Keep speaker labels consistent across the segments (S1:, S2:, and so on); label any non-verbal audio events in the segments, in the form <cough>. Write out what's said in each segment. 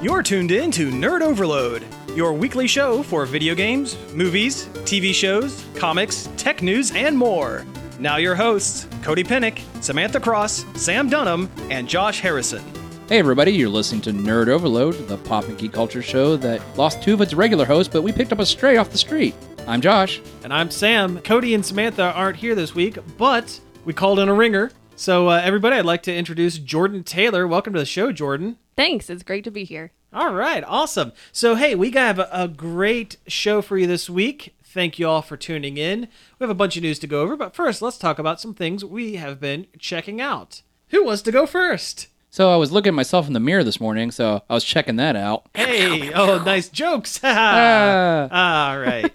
S1: You're tuned in to Nerd Overload, your weekly show for video games, movies, TV shows, comics, tech news, and more. Now, your hosts, Cody Pennick, Samantha Cross, Sam Dunham, and Josh Harrison.
S2: Hey, everybody, you're listening to Nerd Overload, the pop and geek culture show that lost two of its regular hosts, but we picked up a stray off the street. I'm Josh.
S3: And I'm Sam. Cody and Samantha aren't here this week, but we called in a ringer. So, uh, everybody, I'd like to introduce Jordan Taylor. Welcome to the show, Jordan.
S4: Thanks. It's great to be here.
S3: All right, awesome. So, hey, we have a, a great show for you this week. Thank you all for tuning in. We have a bunch of news to go over, but first, let's talk about some things we have been checking out. Who wants to go first?
S2: So I was looking at myself in the mirror this morning, so I was checking that out. <laughs>
S3: Hey, oh, nice jokes. <laughs>
S2: Ah.
S3: all right.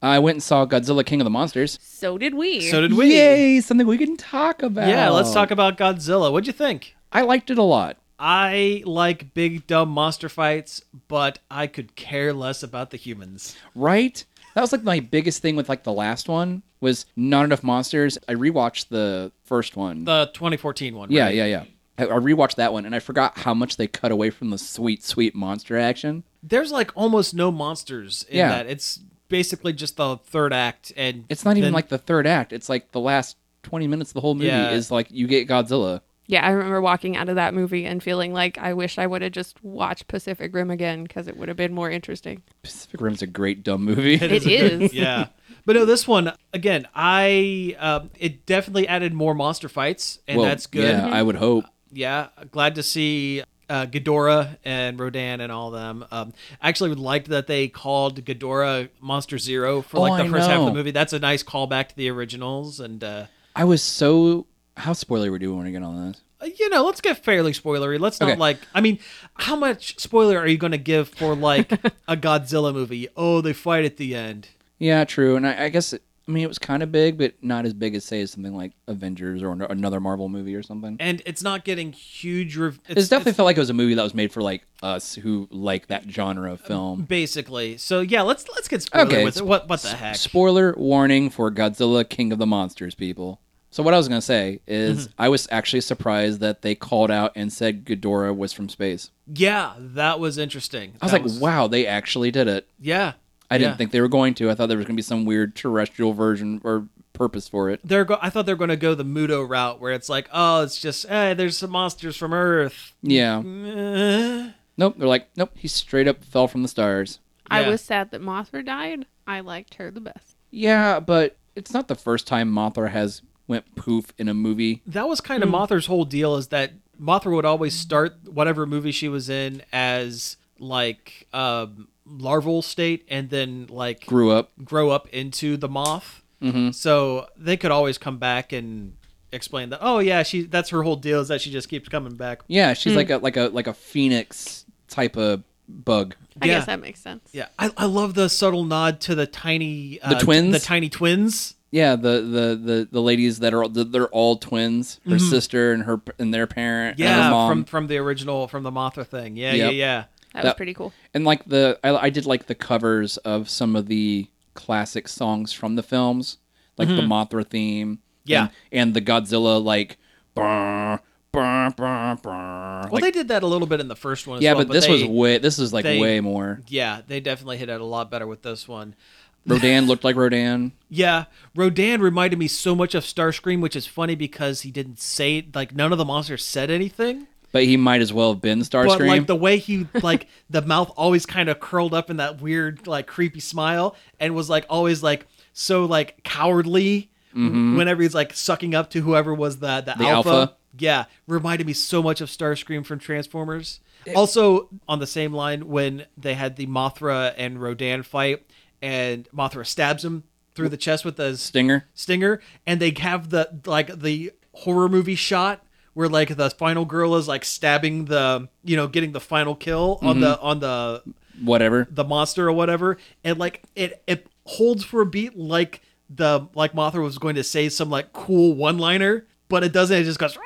S2: I went and saw Godzilla King of the Monsters.
S4: So did we.
S3: So did we.
S2: Yay, Oh. something we can talk about.
S3: Yeah, let's talk about Godzilla. What'd you think?
S2: I liked it a lot.
S3: I like big dumb monster fights, but I could care less about the humans.
S2: right? That was like my biggest thing with like the last one was not enough monsters. I rewatched the first one.
S3: The 2014 one.
S2: yeah,
S3: right?
S2: yeah, yeah. I, I rewatched that one and I forgot how much they cut away from the sweet, sweet monster action.
S3: There's like almost no monsters in
S2: Yeah.
S3: that. It's basically just the third act, and
S2: It's not even
S3: then-
S2: like the third act. It's like the last 20 minutes of the whole movie
S3: Yeah.
S2: is like you get Godzilla.
S4: Yeah, I remember walking out of that movie and feeling like I wish I would have just watched Pacific Rim again because it would have been more interesting.
S2: Pacific Rim's a great dumb
S3: <laughs>
S2: movie.
S4: It is.
S3: yeah. But no, this one again. I um, it definitely added more monster fights, and
S2: Well,
S3: that's good.
S2: Yeah, I would hope.
S3: Yeah, glad to see uh, Ghidorah and Rodan and all them. Um, I actually liked that they called Ghidorah Monster Zero for
S2: Oh,
S3: like the
S2: I
S3: first half of the
S2: know.
S3: movie. That's a nice callback to the originals, and uh,
S2: I was so how spoiler we do want to get on this.
S3: you know, let's get fairly spoilery. Let's not
S2: Okay.
S3: like. I mean, how much spoiler are you going to give for like a Godzilla movie? Oh, they fight at the end.
S2: Yeah, true. And I, I guess it, I mean it was kind of big, but not as big as say something like Avengers or an- another Marvel movie or something.
S3: And it's not getting huge. Rev-
S2: It's definitely felt like it was a movie that was made for like us who like that genre of film.
S3: basically. So yeah, let's let's get spoiler
S2: Okay,
S3: with it.
S2: sp-
S3: What what the heck?
S2: Spoiler warning for Godzilla King of the Monsters, people. So what I was gonna say is
S3: Mm-hmm.
S2: I was actually surprised that they called out and said Ghidorah was from space.
S3: yeah, that was interesting.
S2: I was
S3: That
S2: like, wow, they actually did it.
S3: yeah.
S2: I didn't
S3: yeah.
S2: think they were going to. I thought there was gonna be some weird terrestrial version or purpose for it.
S3: they're go- I thought they're going to go the Muto route where it's like, oh, it's just eh, there's some monsters from Earth.
S2: Yeah.
S3: Eh.
S2: Nope. They're like, nope. He straight up fell from the stars.
S3: Yeah.
S4: I was sad that Mothra died. I liked her the best.
S2: Yeah, but it's not the first time Mothra has went poof in a movie.
S3: That was kind of
S2: Hmm.
S3: Mothra's whole deal is that Mothra would always start whatever movie she was in as like um, larval state and then like
S2: Grew up.
S3: grow up into the moth.
S2: Mm-hmm.
S3: So they could always come back and explain that. Oh yeah, she that's her whole deal is that she just keeps coming back.
S2: Yeah, she's like a like a like a phoenix type of bug.
S4: I
S3: Yeah.
S4: guess that makes sense.
S3: Yeah, I, I love the subtle nod to the tiny uh,
S2: twins?
S3: the tiny twins.
S2: Yeah, the the the, the ladies that are all- they're all twins. Her sister and her and their parent. and her
S3: Mm-hmm. Yeah,
S2: mom.
S3: from from the original from the Mothra thing. Yeah,
S2: Yep.
S3: yeah, yeah.
S4: That was
S2: That-
S4: pretty cool.
S2: and like the I, I did like the covers of some of the classic songs from the films like the mothra theme
S3: Mm-hmm. Yeah.
S2: and, and the godzilla like "Brr, brr, brr, brr,"
S3: Well,
S2: like-
S3: they did that a little bit in the first one. As
S2: yeah
S3: well,
S2: but, this
S3: they-
S2: was way this was like
S3: they-
S2: way more
S3: yeah, they definitely hit it a lot better with this one.
S2: rodan looked like rodan
S3: Yeah, Rodan reminded me so much of Starscream, which is funny because he didn't say like none of the monsters said anything.
S2: but he might as well have been
S3: But like
S2: starscream
S3: the way he like <laughs> the mouth always kind of curled up in that weird like creepy smile and was like always like so like cowardly whenever he's like sucking up to whoever was the the,
S2: Mm-hmm. The
S3: alpha.
S2: alpha.
S3: Yeah, reminded me so much of Starscream from Transformers. also on the same line when they had the Mothra and Rodan fight and Mothra stabs him through the chest with the
S2: stinger
S3: stinger and they have the like the horror movie shot where like the final girl is like stabbing the you know getting the final kill on the
S2: Mm-hmm.
S3: on the
S2: whatever
S3: the monster or whatever and like it it holds for a beat like the like Mothra was going to say some like cool one liner but it doesn't it just goes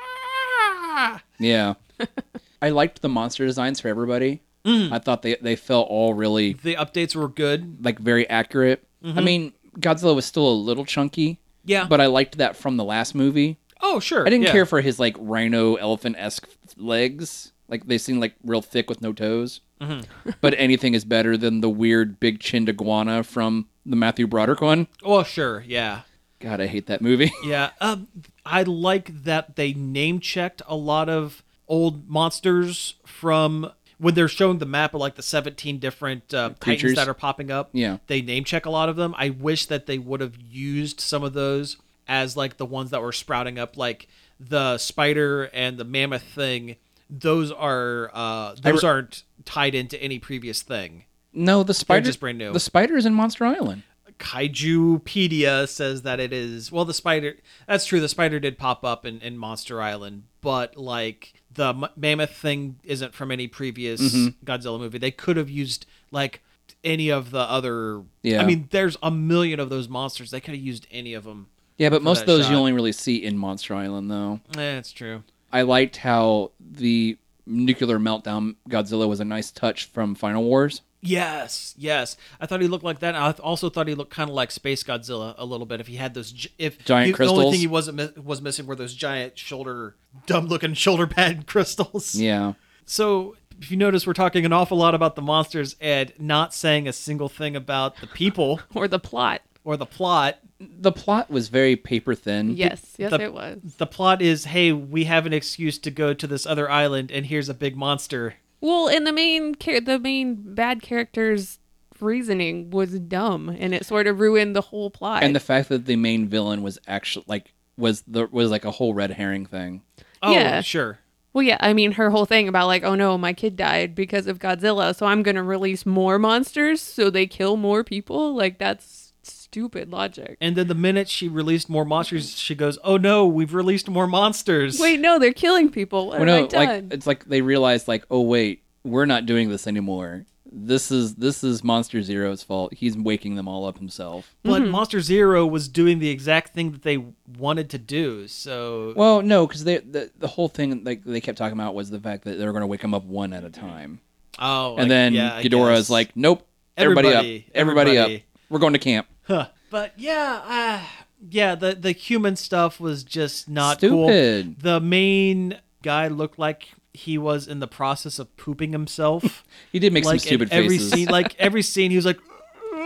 S3: "Rah!"
S2: yeah
S3: <laughs>
S2: i liked the monster designs for everybody
S3: Mm.
S2: i thought they they felt all really
S3: the updates were good
S2: like very accurate. I mean, Godzilla was still a little chunky.
S3: Mm-hmm. Yeah.
S2: But I liked that from the last movie.
S3: oh sure
S2: I didn't
S3: yeah.
S2: care for his like rhino elephant esque legs. Like they seem like real thick with no toes.
S3: Mm-hmm.
S2: <laughs> but anything is better than the weird big chinned iguana from the Matthew Broderick one.
S3: Well, Oh, sure, yeah.
S2: God, I hate that movie. <laughs>
S3: Yeah, um, I like that they name checked a lot of old monsters from when they're showing the map of like the 17 different uh,
S2: Creatures.
S3: titans that are popping up.
S2: Yeah.
S3: they name check a lot of them. I wish that they would have used some of those as like the ones that were sprouting up, like the spider and the mammoth thing. Those are uh, those aren't tied into any previous thing.
S2: no, the spider
S3: just brand new.
S2: The spider is in Monster Island.
S3: Kaijupedia says that it is well the spider that's true the spider did pop up in, in Monster Island but like the m- mammoth thing isn't from any previous
S2: Mm-hmm.
S3: Godzilla movie they could have used like any of the other
S2: Yeah.
S3: I mean there's a million of those monsters they could have used any of them
S2: Yeah, but most
S3: that
S2: of those you
S3: shot.
S2: only really see in Monster Island though.
S3: Eh, that's true
S2: I liked how the nuclear meltdown Godzilla was a nice touch from Final Wars.
S3: yes yes I thought he looked like that I th- also thought he looked kind of like Space Godzilla a little bit if he had those gi- if
S2: Giant
S3: he- the only
S2: crystals.
S3: thing he wasn't mi- was missing were those giant shoulder dumb looking shoulder pad <laughs> crystals
S2: Yeah.
S3: So, if you notice, we're talking an awful lot about the monsters and not saying a single thing about the <laughs> people
S4: or the plot.
S3: or the plot.
S2: The plot was very paper thin.
S4: Yes, yes,
S3: the-
S4: it was.
S3: The plot is hey, we have an excuse to go to this other island, and here's a big monster.
S4: Well, and the main char- the main bad character's reasoning was dumb, and it sort of ruined the whole plot.
S2: And the fact that the main villain was actually like was the was like a whole red herring thing.
S3: Oh,
S4: Yeah.
S3: sure.
S4: well, yeah, I mean, her whole thing about like, oh no, my kid died because of Godzilla, so I'm gonna release more monsters so they kill more people. Like that's stupid logic.
S3: And then the minute she released more monsters, she goes, oh no, we've released more monsters.
S4: Wait, no, they're killing people. What
S2: Well,
S4: have
S2: no,
S4: I done?
S2: like it's like they realized like, oh wait, we're not doing this anymore. This is this is Monster Zero's fault. He's waking them all up himself.
S3: But Monster Zero was doing the exact thing that they wanted to do. So,
S2: Well, no, because they the, the whole thing like they kept talking about was the fact that they're going to wake them up one at a time,
S3: oh,
S2: and then
S3: yeah, I
S2: Ghidorah
S3: guess.
S2: is like, nope, everybody,
S3: Everybody,
S2: up, everybody,
S3: everybody.
S2: up, we're going to camp.
S3: Huh. But yeah, uh, yeah, the the human stuff was just not cool.
S2: Stupid.
S3: The main guy looked like he was in the process of pooping
S2: <laughs>
S3: himself.
S2: He did make
S3: like
S2: some stupid
S3: in every
S2: faces,
S3: scene, like
S2: <laughs>
S3: every scene, he was like,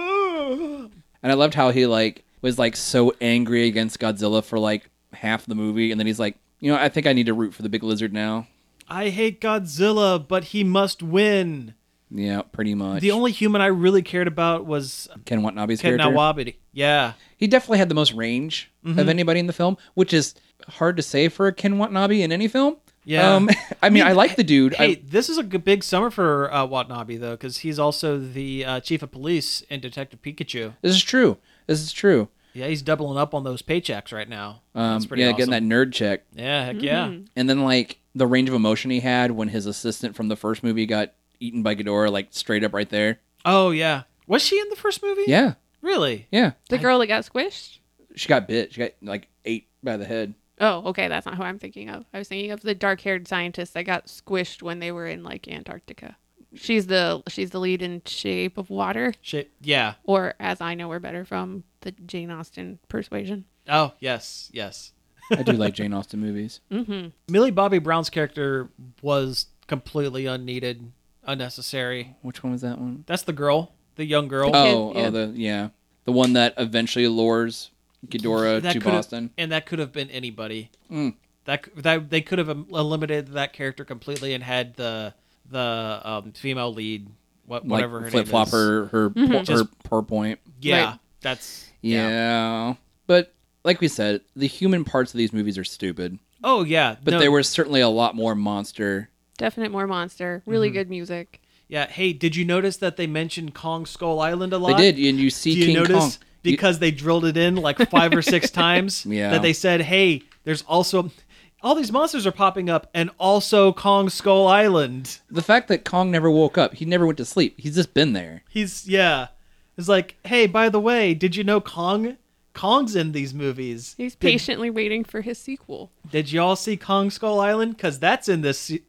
S2: and I loved how he like was like so angry against Godzilla for like half the movie, and then he's like, you know, I think I need to root for the big lizard now.
S3: "I hate Godzilla, but he must win."
S2: Yeah, pretty much.
S3: The only human I really cared about was
S2: Ken Watanabe's
S3: Ken
S2: character.
S3: Nawabiti. Yeah,
S2: He definitely had the most range
S3: Mm-hmm.
S2: of anybody in the film, which is hard to say for a Ken Watanabe in any film.
S3: Yeah.
S2: Um, <laughs> I mean, I like the dude.
S3: hey,
S2: I,
S3: this is a g- big summer for uh, Watanabe though, because he's also the uh, chief of police in Detective Pikachu.
S2: this is true. This is true.
S3: Yeah, he's doubling up on those paychecks right now.
S2: Um,
S3: That's pretty
S2: yeah,
S3: awesome.
S2: getting that nerd check.
S3: Yeah, heck yeah.
S2: And then, like, the range of emotion he had when his assistant from the first movie got eaten by Ghidorah, like, straight up right there.
S3: Oh yeah. Was she in the first movie?
S2: Yeah.
S3: Really?
S2: Yeah.
S4: the girl that got squished.
S2: She got bit. She got, like, ate by the head.
S4: Oh, okay, that's not who I'm thinking of. I was thinking of the dark-haired scientist that got squished when they were in like Antarctica. She's the she's the lead in Shape of Water,
S3: She, yeah.
S4: or as I know her better from the Jane Austen Persuasion.
S3: Oh yes, yes.
S2: I do like Jane
S3: <laughs>
S2: Austen movies.
S3: Millie Bobby Brown's character was completely unneeded, unnecessary.
S2: Which one was that one?
S3: That's the girl, the young girl.
S4: kid,
S2: oh,
S4: yeah.
S2: oh, the, yeah. The one that eventually lures Ghidorah
S3: that
S2: to
S3: could've-
S2: Boston.
S3: and that could have been anybody.
S2: Mm.
S3: That c- that they could have em- eliminated that character completely and had the the um, female lead, what whatever her
S2: like
S3: name
S2: flip flop
S3: is.
S2: her her po- her per point.
S3: Yeah,
S4: Mm-hmm. Right.
S3: that's
S2: Yeah. but like we said, the human parts of these movies are stupid.
S3: Oh yeah,
S2: But
S3: no,
S2: there was certainly a lot more monster.
S4: Definite more monster. Really
S2: Mm-hmm.
S4: good music.
S3: Yeah, hey, did you notice that they mentioned Kong Skull Island a lot?
S2: They did, and you see
S3: Do you
S2: King
S3: notice
S2: Kong. You-
S3: because they drilled it in like five or
S2: <laughs>
S3: six times
S2: Yeah.
S3: that they said, "Hey, there's also all these monsters are popping up, and also Kong Skull Island."
S2: the fact that Kong never woke up, he never went to sleep. He's just been there.
S3: He's yeah, it's like, "Hey, by the way, did you know Kong? Kong's in these movies.
S4: He's
S3: Did-
S4: patiently waiting for his sequel.
S3: Did, y'all see Kong Skull Island? Because that's in this u-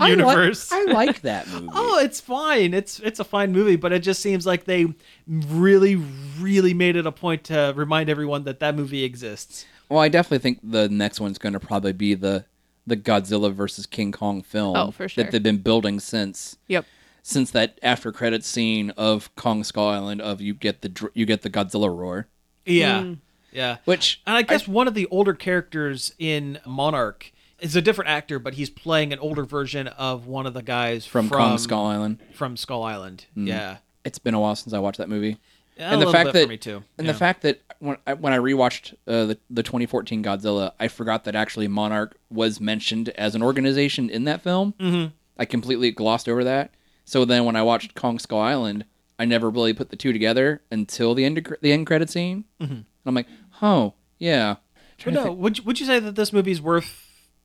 S2: I li-
S3: universe."
S2: I, like <laughs> that movie.
S3: Oh, it's fine. It's it's a fine movie, but it just seems like they really, really made it a point to remind everyone that that movie exists.
S2: Well, I definitely think the next one's going to probably be the the Godzilla versus King Kong film
S4: Oh, for sure.
S2: that they've been building since
S4: Yep.
S2: since that after credit scene of Kong Skull Island of you get the dr- you get the Godzilla roar,
S3: Yeah.
S2: Mm.
S3: Yeah.
S2: which
S3: And I guess one of the older characters in Monarch is a different actor, but he's playing an older version of one of the guys
S2: from, Kong Skull Mm-hmm. Island.
S3: from Skull Island. Yeah.
S2: It's been a while since I watched that movie.
S3: Yeah, a little bit for me too.
S2: and
S3: Yeah.
S2: the fact that when I, when I rewatched uh, the the 2014 Godzilla, I forgot that actually Monarch was mentioned as an organization in that film. Mm-hmm. I completely glossed over that. So then when I watched Kong Skull Island, I never really put the two together until the end the end credit scene. Mm-hmm. And I'm like, oh yeah.
S3: But
S2: Trying to
S3: no,
S2: think-
S3: would you, would you say that this movie's worth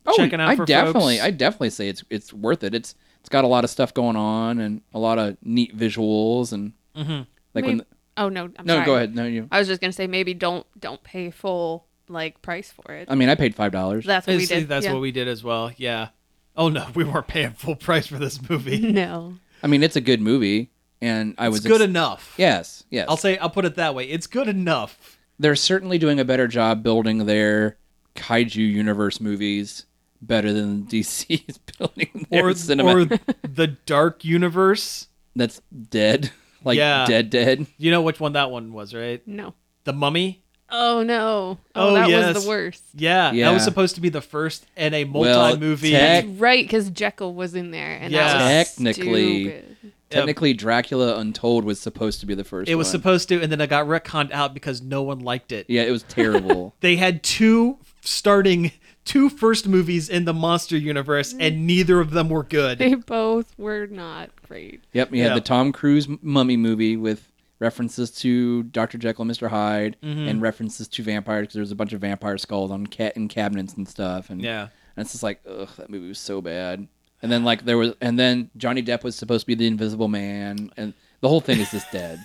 S2: oh,
S3: checking out
S2: I
S3: for
S2: definitely,
S3: folks?
S2: I definitely say it's it's worth it. It's it's got a lot of stuff going on and a lot of neat visuals and
S3: Mm-hmm.
S2: like when
S4: Maybe- oh no, I'm
S2: no
S4: sorry.
S2: go ahead no you.
S4: I was just gonna say maybe don't don't pay full like price for it.
S2: I mean, I paid five dollars.
S4: that's what we
S3: Basically,
S4: did.
S3: That's
S4: yeah.
S3: what we did as well. Yeah. Oh no, <laughs> we weren't paying full price for this movie.
S4: <laughs> No.
S2: I mean, it's a good movie, and I
S3: It's
S2: Mm-hmm. was
S3: good
S2: ex-
S3: enough.
S2: yes, yes.
S3: I'll say I'll put it that way. It's good enough.
S2: They're certainly doing a better job building their kaiju universe movies better than <laughs> DC is building their
S3: Or,
S2: cinema
S3: or
S2: <laughs>
S3: the Dark Universe.
S2: that's dead, <laughs> like
S3: Yeah.
S2: dead, dead.
S3: You know which one that one was, right?
S4: No.
S3: The Mummy.
S4: Oh no. Oh,
S3: Oh,
S4: that was
S3: yes.
S4: the worst.
S3: Yeah, that
S2: Yeah.
S3: was supposed to be the first in a
S2: Well,
S3: multi-movie.
S2: tech-
S4: That's right, because Jekyll was in there, and
S3: Yeah.
S4: that was
S2: Technically.
S4: stupid.
S2: Technically, Dracula Untold was supposed to be the first.
S3: it was
S2: one.
S3: supposed to, and then it got retconned out because no one liked it.
S2: Yeah, it
S3: <laughs>
S2: was terrible.
S3: They had two starting two first movies in the monster universe, and neither of them were good.
S2: <laughs>
S4: They both were not great.
S2: yep, you had
S3: Yeah.
S2: the Tom Cruise mummy movie with references to Dr. Jekyll and Mr. Hyde
S3: Mm-hmm.
S2: and references to vampires because there was a bunch of vampire skulls on cat and cabinets and stuff. And
S3: Yeah.
S2: And it's just like, ugh, that movie was so bad. And then like there was, and then Johnny Depp was supposed to be the Invisible Man, and the whole thing is
S3: <laughs>
S2: just dead.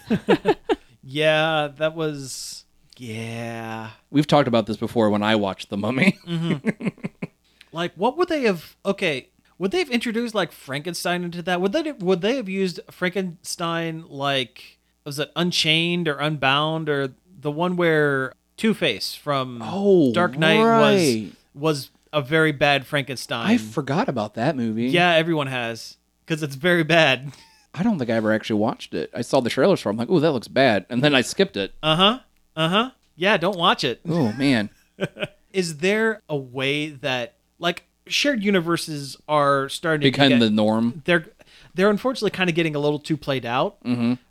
S3: Yeah, that was. Yeah.
S2: We've talked about this before when I watched The Mummy.
S3: Mm-hmm. Like, what would they have? Okay, would they have introduced like Frankenstein into that? Would they would they have used Frankenstein like was it Unchained or Unbound or the one where Two Face from
S2: Oh,
S3: Dark Knight
S2: right.
S3: was was a very bad Frankenstein?
S2: I forgot about that movie.
S3: yeah, everyone has because it's very bad.
S2: I don't think I ever actually watched it. I saw the trailers for. it. I'm like, oh, that looks bad, and then I
S3: <laughs>
S2: skipped it.
S3: Uh huh. Uh huh. Yeah, don't watch it.
S2: Oh man,
S3: Is there a way that like shared universes are starting to
S2: become
S3: get-
S2: the norm.
S3: they're they're unfortunately kind of getting a little too played out.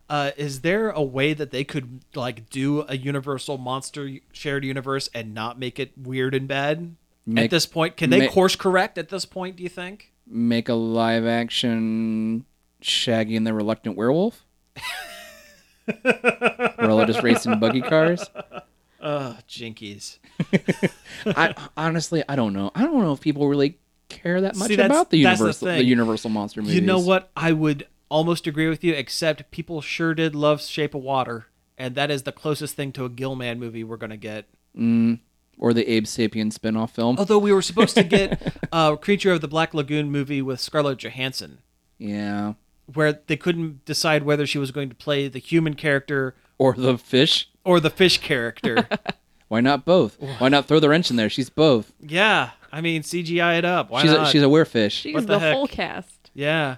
S3: Uh, is there a way that they could like do a universal monster shared universe and not make it weird and bad at
S2: Make-
S3: this point? Can they
S2: make-
S3: course correct at this point? Do you think?
S2: Make a live action Shaggy and the
S3: <laughs>
S2: Reluctant Werewolf. Rolla just racing buggy cars.
S3: Oh, jinkies!
S2: I honestly, I don't know. I don't know if people really care that much
S3: See, that's-
S2: about the
S3: that's the
S2: universal, the,
S3: thing.
S2: universal monster movies.
S3: You know what? I would almost agree with you, except people sure did love Shape of Water, and that is the closest thing to a Gilman movie we're gonna get.
S2: Or the Abe Sapien spin-off film.
S3: Although we were supposed to <laughs> get uh, a Creature of the Black Lagoon movie with Scarlett Johansson.
S2: Yeah.
S3: where they couldn't decide whether she was going to play the human character
S2: Or the fish.
S3: or the fish
S2: <laughs>
S3: character.
S2: Why not both? Why not throw the wrench in there? She's both.
S3: yeah, I mean CGI it up. Why
S2: she's
S3: not?
S2: a, she's a werefish.
S4: She's
S3: What
S4: the,
S3: the heck?
S4: whole cast.
S3: yeah.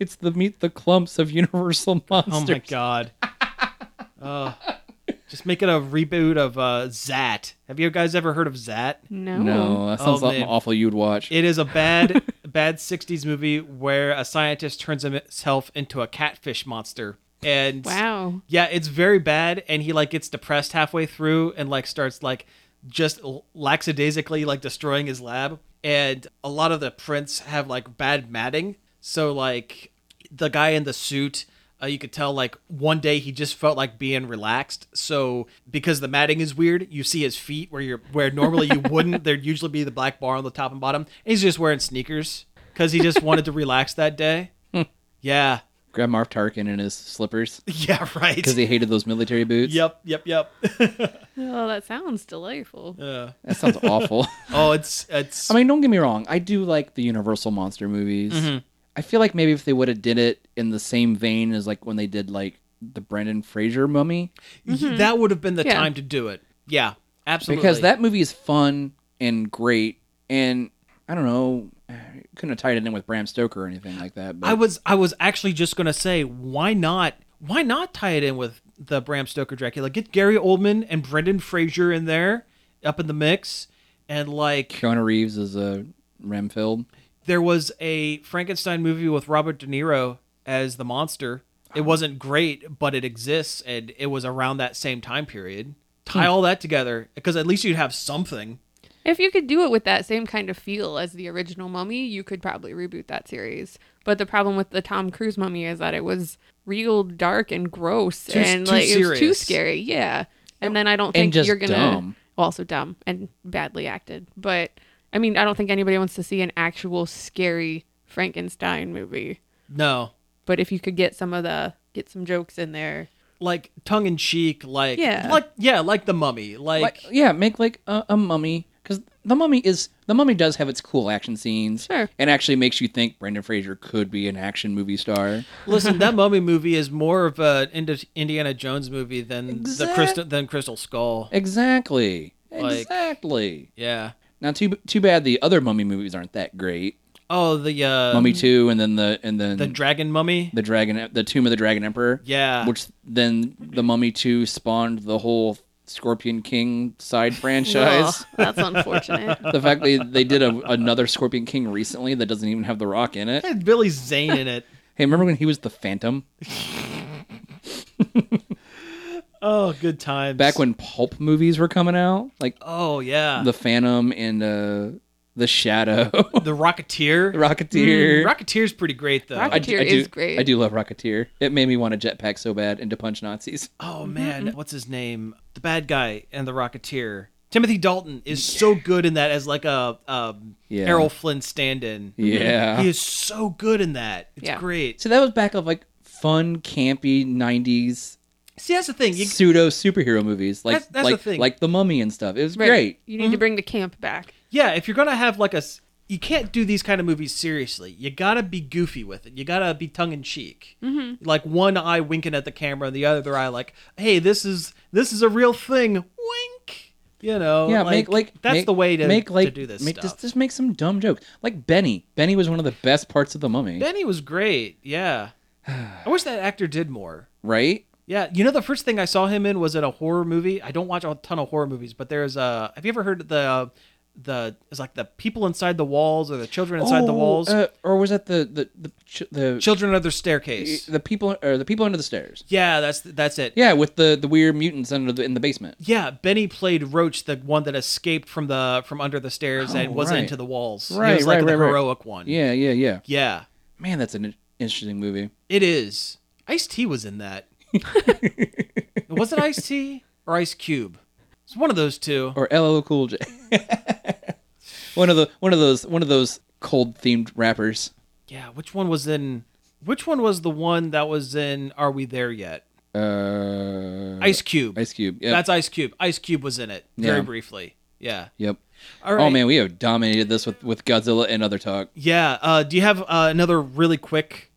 S2: It's the meet the clumps of <laughs> universal monsters.
S3: Oh my
S2: <laughs>
S3: god. Oh. just make it a reboot of uh, Zat. Have you guys ever heard of Zat?
S4: No.
S2: No, that sounds
S3: Oh,
S2: like
S3: man.
S2: awful you'd watch.
S3: It is a
S2: <laughs>
S3: bad bad 60s movie where a scientist turns himself into a catfish monster. And
S4: Wow.
S3: Yeah, it's very bad, and he like gets depressed halfway through, and like starts like just l- lackadaisically like destroying his lab. And a lot of the prints have like bad matting, so like the guy in the suit, uh, you could tell like one day he just felt like being relaxed. So because the matting is weird, you see his feet where you're where normally you wouldn't. There'd usually be the black bar on the top and bottom. And he's just wearing sneakers because he just wanted to relax that day. yeah, <laughs>
S2: Grab Marv Tarkin in his slippers
S3: yeah,
S2: <laughs>
S3: right.
S2: because he hated those military boots.
S3: Yep, yep, yep.
S4: Oh, that sounds delightful.
S3: Uh,
S2: That sounds
S3: <laughs>
S2: awful.
S3: oh, it's it's.
S2: I mean, don't get me wrong. I do like the Universal monster movies. I feel like maybe if they would have did it in the same vein as like when they did like the Brendan Fraser Mummy,
S3: y-
S2: mm-hmm.
S3: that would have been the
S4: Yeah.
S3: time to do it. Yeah, absolutely.
S2: because that movie is fun and great, and I I don't know. <sighs> Couldn't have tied it in with Bram Stoker or anything like that. But
S3: I was I was actually just gonna say why not why not tie it in with the Bram Stoker Dracula? Get Gary Oldman and Brendan Fraser in there, up in the mix, and like
S2: Keanu Reeves is a Ramfield.
S3: there was a Frankenstein movie with Robert De Niro as the monster.
S2: Oh.
S3: It wasn't great, but it exists, and it was around that same time period.
S2: Hmm.
S3: Tie all that together because at least you'd have something.
S4: If you could do it with that same kind of feel as the original Mummy, you could probably reboot that series. But the problem with the Tom Cruise Mummy is that it was real dark and gross,
S3: Too-
S4: and
S3: too
S4: like it was too
S3: serious.
S4: scary. Yeah, and then I don't
S2: And
S4: think
S2: just
S4: you're gonna
S2: dumb.
S4: Well, also dumb and badly acted. But I mean, I don't think anybody wants to see an actual scary Frankenstein movie.
S3: No,
S4: But if you could get some of the get some jokes in there,
S3: like tongue in cheek, like
S4: Yeah.
S3: like yeah, like the Mummy, like,
S2: Like, yeah, make like a, a mummy because the mummy is the mummy does have its cool action scenes
S4: Sure.
S2: and actually makes you think Brendan Fraser could be an action movie star.
S3: <laughs> Listen, that Mummy movie is more of a Indi- Indiana Jones movie than the
S2: Exact-
S3: Crystal than Crystal Skull.
S2: Exactly.
S3: Like-
S2: exactly.
S3: Yeah.
S2: Now, too too bad the other mummy movies aren't that great.
S3: Oh, the uh,
S2: mummy two, and then the and then
S3: the Dragon Mummy.
S2: the dragon, the tomb of the dragon emperor.
S3: Yeah.
S2: Which then the mummy two spawned the whole Scorpion King
S3: <laughs>
S2: side franchise.
S4: Ugh, that's unfortunate.
S2: the fact they they did a, another Scorpion King recently that doesn't even have The Rock in it.
S3: had Billy Zane in
S2: <laughs>
S3: it.
S2: Hey, remember when he was the Phantom?
S3: Oh, good times.
S2: Back when pulp movies were coming out, like
S3: Oh yeah.
S2: the Phantom and uh, the Shadow, <laughs> the
S3: The Rocketeer.
S2: Rocketeer.
S3: Rocketeer's pretty great though.
S4: Rock-
S2: I do- I
S4: Rocketeer
S2: do-
S4: is great.
S2: I do love Rocketeer. It made me want a jetpack so bad and to punch Nazis.
S3: oh man, what's his name? The bad guy and the Rocketeer. Timothy Dalton is so good in that as like a um,
S2: Yeah.
S3: Errol Flynn stand-in.
S2: Yeah.
S3: He is so good in that. It's
S4: Yeah.
S3: great.
S2: So that was back of like fun, campy '90s
S3: See, that's the thing. You,
S2: pseudo superhero movies, like
S3: That's- that's the
S2: like
S3: thing.
S2: like the Mummy and stuff. It was
S4: Right.
S2: great.
S4: You need to bring the camp back.
S3: yeah, if you're gonna have like a, s- you can't do these kind of movies seriously. You gotta be goofy with it. You gotta be tongue in cheek. Mm-hmm. Like one eye winking at the camera, and the other eye like, "Hey, this is this is a real thing." Wink. You know.
S2: Yeah, make like
S3: that's
S2: make-
S3: the way to
S2: make like
S3: to do this
S2: make
S3: stuff.
S2: Just, just make some dumb jokes. Like Benny. Benny was one of the best parts of the Mummy,
S3: <laughs> Benny was great. Yeah. I wish that actor did more.
S2: right?
S3: Yeah, you know the first thing I saw him in was in a horror movie. I don't watch a ton of horror movies, but there's a. Have you ever heard of the the it's like the people inside the walls or the children inside the
S2: Oh,
S3: walls?
S2: uh, or was that the the the ch- the,
S3: children under the staircase.
S2: the people or the people under the stairs?
S3: Yeah, that's that's it.
S2: Yeah, with the the weird mutants under the in the basement.
S3: Yeah, Benny played Roach, the one that escaped from the from under the stairs
S2: Oh,
S3: and wasn't
S2: right.
S3: into the walls. he
S2: Right,
S3: was like
S2: right,
S3: the
S2: right, right.
S3: heroic one.
S2: Yeah, yeah, yeah.
S3: yeah,
S2: Man, that's an in- interesting movie.
S3: it is. Ice T was in
S2: <laughs>
S3: that. was it Ice T or Ice Cube? It's one of those two.
S2: or LL Cool
S4: <laughs>
S2: J. one of the one of those one of those cold themed rappers.
S3: Yeah, which one was in? Which one was the one that was in? Are we there yet?
S2: Uh,
S3: Ice Cube.
S2: Ice Cube. Yep.
S3: That's Ice Cube. Ice Cube was in it very
S2: Yeah.
S3: briefly. Yeah.
S2: yep.
S3: All right.
S2: Oh man, we have dominated this with with Godzilla and other talk.
S3: Yeah. Uh, do you have uh, another really quick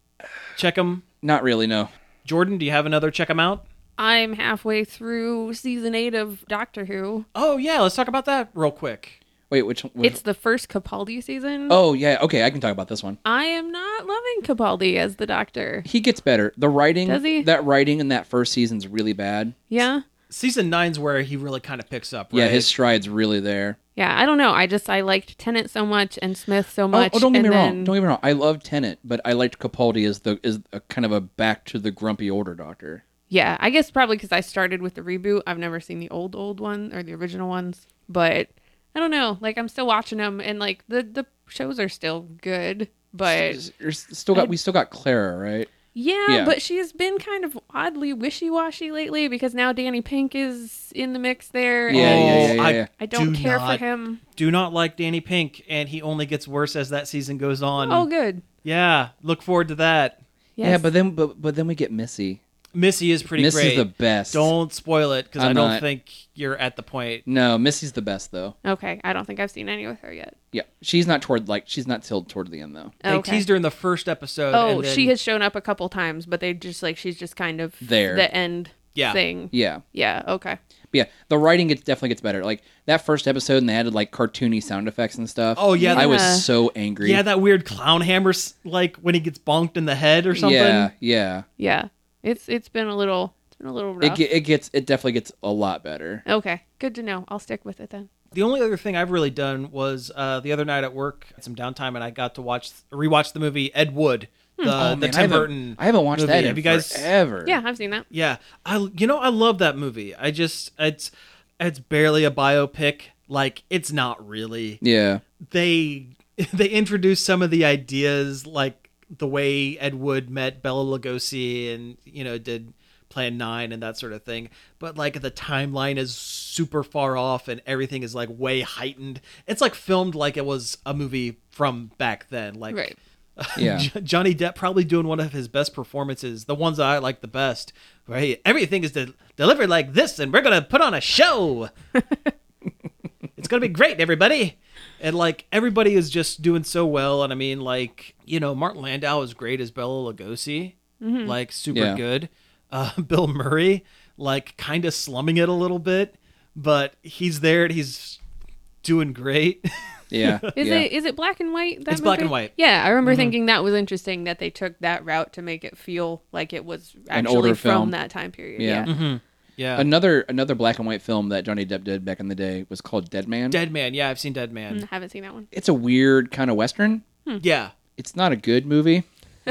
S3: check 'em?
S2: Not really. No.
S3: Jordan, do you have another check 'em out?
S4: I'm halfway through season eight of Doctor Who.
S3: Oh yeah, let's talk about that real quick.
S2: Wait, which one? which-
S4: It's the first Capaldi season.
S2: oh yeah. Okay, I can talk about this one.
S4: I am not loving Capaldi as the Doctor.
S2: He gets better. The writing.
S4: Does he?
S2: That writing in that first season's really bad.
S4: Yeah.
S3: Season nine's where he really kind of picks up. Right?
S2: Yeah, his stride's really there.
S4: Yeah, I don't know. I just I liked Tennant so much and Smith so
S2: Oh,
S4: much.
S2: oh, don't get
S4: and
S2: me
S4: then-
S2: wrong. Don't get me wrong. I love Tennant, but I liked Capaldi as the is a kind of a back to the grumpy older doctor.
S4: Yeah, I guess probably because I started with the reboot. I've never seen the old old one or the original ones, but I don't know. Like I'm still watching them, and like the the shows are still good. But
S2: You're still got we still got Clara, right?
S4: yeah,
S2: Yeah.
S4: but she has been kind of oddly wishy washy lately because now Danny Pink is in the mix there.
S2: Yeah,
S4: and
S2: yeah, yeah, yeah,
S3: Oh, I
S2: yeah.
S4: I don't
S3: do
S4: care
S3: not-
S4: for him.
S3: Do not like Danny Pink, and he only gets worse as that season goes on.
S4: Oh, good.
S3: yeah, look forward to that.
S4: Yes.
S2: Yeah, but then but but then we get Missy.
S3: Missy is pretty
S2: Missy's
S3: great.
S2: the best.
S3: Don't spoil it because I
S2: I'm
S3: don't
S2: not.
S3: think you're at the point.
S2: No, Missy's the best though.
S4: okay. I don't think I've seen any with her yet.
S2: Yeah, she's not toward like she's not tilled toward the end though.
S3: They
S4: Oh, okay.
S3: teased her in the first episode.
S4: Oh,
S3: and then-
S4: she has shown up a couple times, but they just like she's just kind of
S2: There.
S4: the end.
S3: Yeah.
S4: thing.
S2: Yeah.
S4: Yeah. Okay.
S2: But yeah, the writing gets definitely gets better. Like that first episode, and they added like cartoony sound effects and stuff.
S3: Oh, yeah.
S2: I was
S4: Yeah.
S2: so angry.
S3: Yeah, that weird clown hammer, s- like when he gets bonked in the head or something.
S2: Yeah, yeah.
S4: Yeah. It's it's been a little it's been a little
S2: It,
S4: rough.
S2: ge- it gets it definitely gets a lot better.
S4: okay. Good to know. I'll stick with it then.
S3: The only other thing I've really done was uh, the other night at work, I had some downtime, and I got to watch rewatch the movie Ed Wood,
S4: Hmm.
S3: the, Uh, the
S2: Oh, Man, I
S3: Tim
S2: haven't-
S3: Burton.
S2: I haven't watched
S3: movie.
S2: that in
S3: Have you guys?
S2: forever.
S4: Yeah, I've seen that.
S3: Yeah, I you know I love that movie. I just it's it's barely a biopic. Like it's not really.
S2: yeah.
S3: They <laughs> they introduce some of the ideas like the way Ed Wood met Bella Lugosi and you know did Plan Nine and that sort of thing. But like the timeline is super far off and everything is like way heightened. It's like filmed like it was a movie from back then. Like <laughs>
S4: Right.
S2: Yeah.
S3: Jo- Johnny Depp probably doing one of his best performances, the ones that I like the best. Right, everything is de- delivered like this, and we're gonna put on a show. it's gonna be great, everybody. And like everybody is just doing so well, and I mean, like you know, Martin Landau is great as Bella Lugosi, like super
S2: Yeah.
S3: good. Uh, <laughs> Bill Murray, like kind of slumming it a little bit, but he's there and he's doing great. <laughs>
S2: Yeah.
S4: Is
S2: yeah.
S4: it is it black and white? That
S3: It's black
S4: movie?
S3: and white.
S4: Yeah,
S2: Mm-hmm.
S4: I remember thinking that was interesting that they took that route to make it feel like it was actually
S2: An older
S4: from
S2: film.
S4: that time period.
S2: Yeah.
S4: Yeah.
S3: yeah,
S2: Another another black and white film that Johnny Depp did back in the day was called Dead Man.
S3: Dead Man. Yeah, I've seen Dead Man.
S4: I haven't seen that one.
S2: It's a weird kind of western.
S3: Yeah.
S2: It's not a good movie.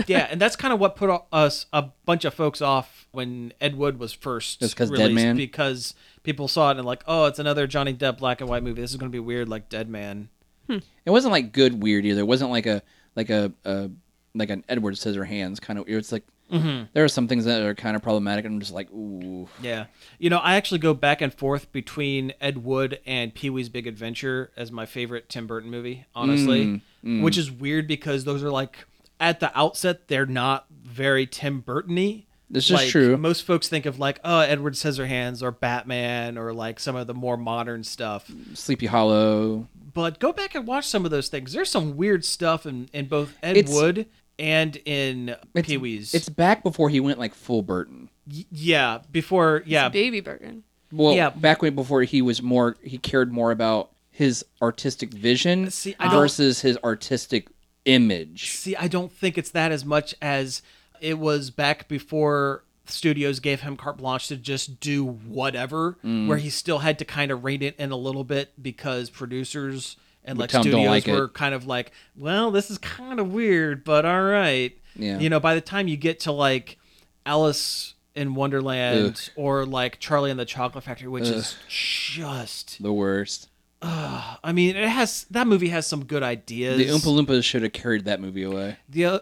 S3: yeah, and that's kind of what put o- us a bunch of folks off when Ed Wood was first
S2: That's 'cause
S3: released
S2: Dead Man?
S3: because people saw it and like, oh, it's another Johnny Depp black and white movie. This is going to be weird, like Dead Man.
S2: It wasn't like good weird either. It wasn't like a like a, a like an Edward Scissorhands kind of. It's like
S3: Mm-hmm.
S2: there are some things that are kind of problematic, and I'm just like, ooh,
S3: Yeah, you know, I actually go back and forth between Ed Wood and Pee Wee's Big Adventure as my favorite Tim Burton movie, honestly,
S2: Mm,
S3: which is weird because those are like at the outset they're not very Tim Burton-y.
S2: this
S3: like,
S2: is true.
S3: Most folks think of like, oh, Edward Scissorhands or Batman or like some of the more modern stuff.
S2: Sleepy Hollow.
S3: but go back and watch some of those things. There's some weird stuff in, in both Ed
S2: It's-
S3: Wood and in
S2: It's-
S3: Pee Wee's.
S2: It's back before he went like full Burton.
S3: Y- yeah, before yeah,
S4: Baby Burton.
S2: Well,
S3: Yeah.
S2: back way before he was more, he cared more about his artistic vision
S3: See, I don't-
S2: versus his artistic image.
S3: see, I don't think it's that as much as it was back before studios gave him carte blanche to just do whatever,
S2: Mm.
S3: where he still had to kind of rein it in a little bit because producers and
S2: Would
S3: like
S2: tell him, "Don't
S3: studios
S2: like it."
S3: were kind of like, well, this is kind of weird, but all right.
S2: Yeah.
S3: You know, by the time you get to like Alice in Wonderland or like Charlie and the Chocolate Factory, which is just,
S2: The worst.
S3: I mean, it has that movie has some good ideas.
S2: The Oompa Loompas should have carried that movie away.
S3: The o-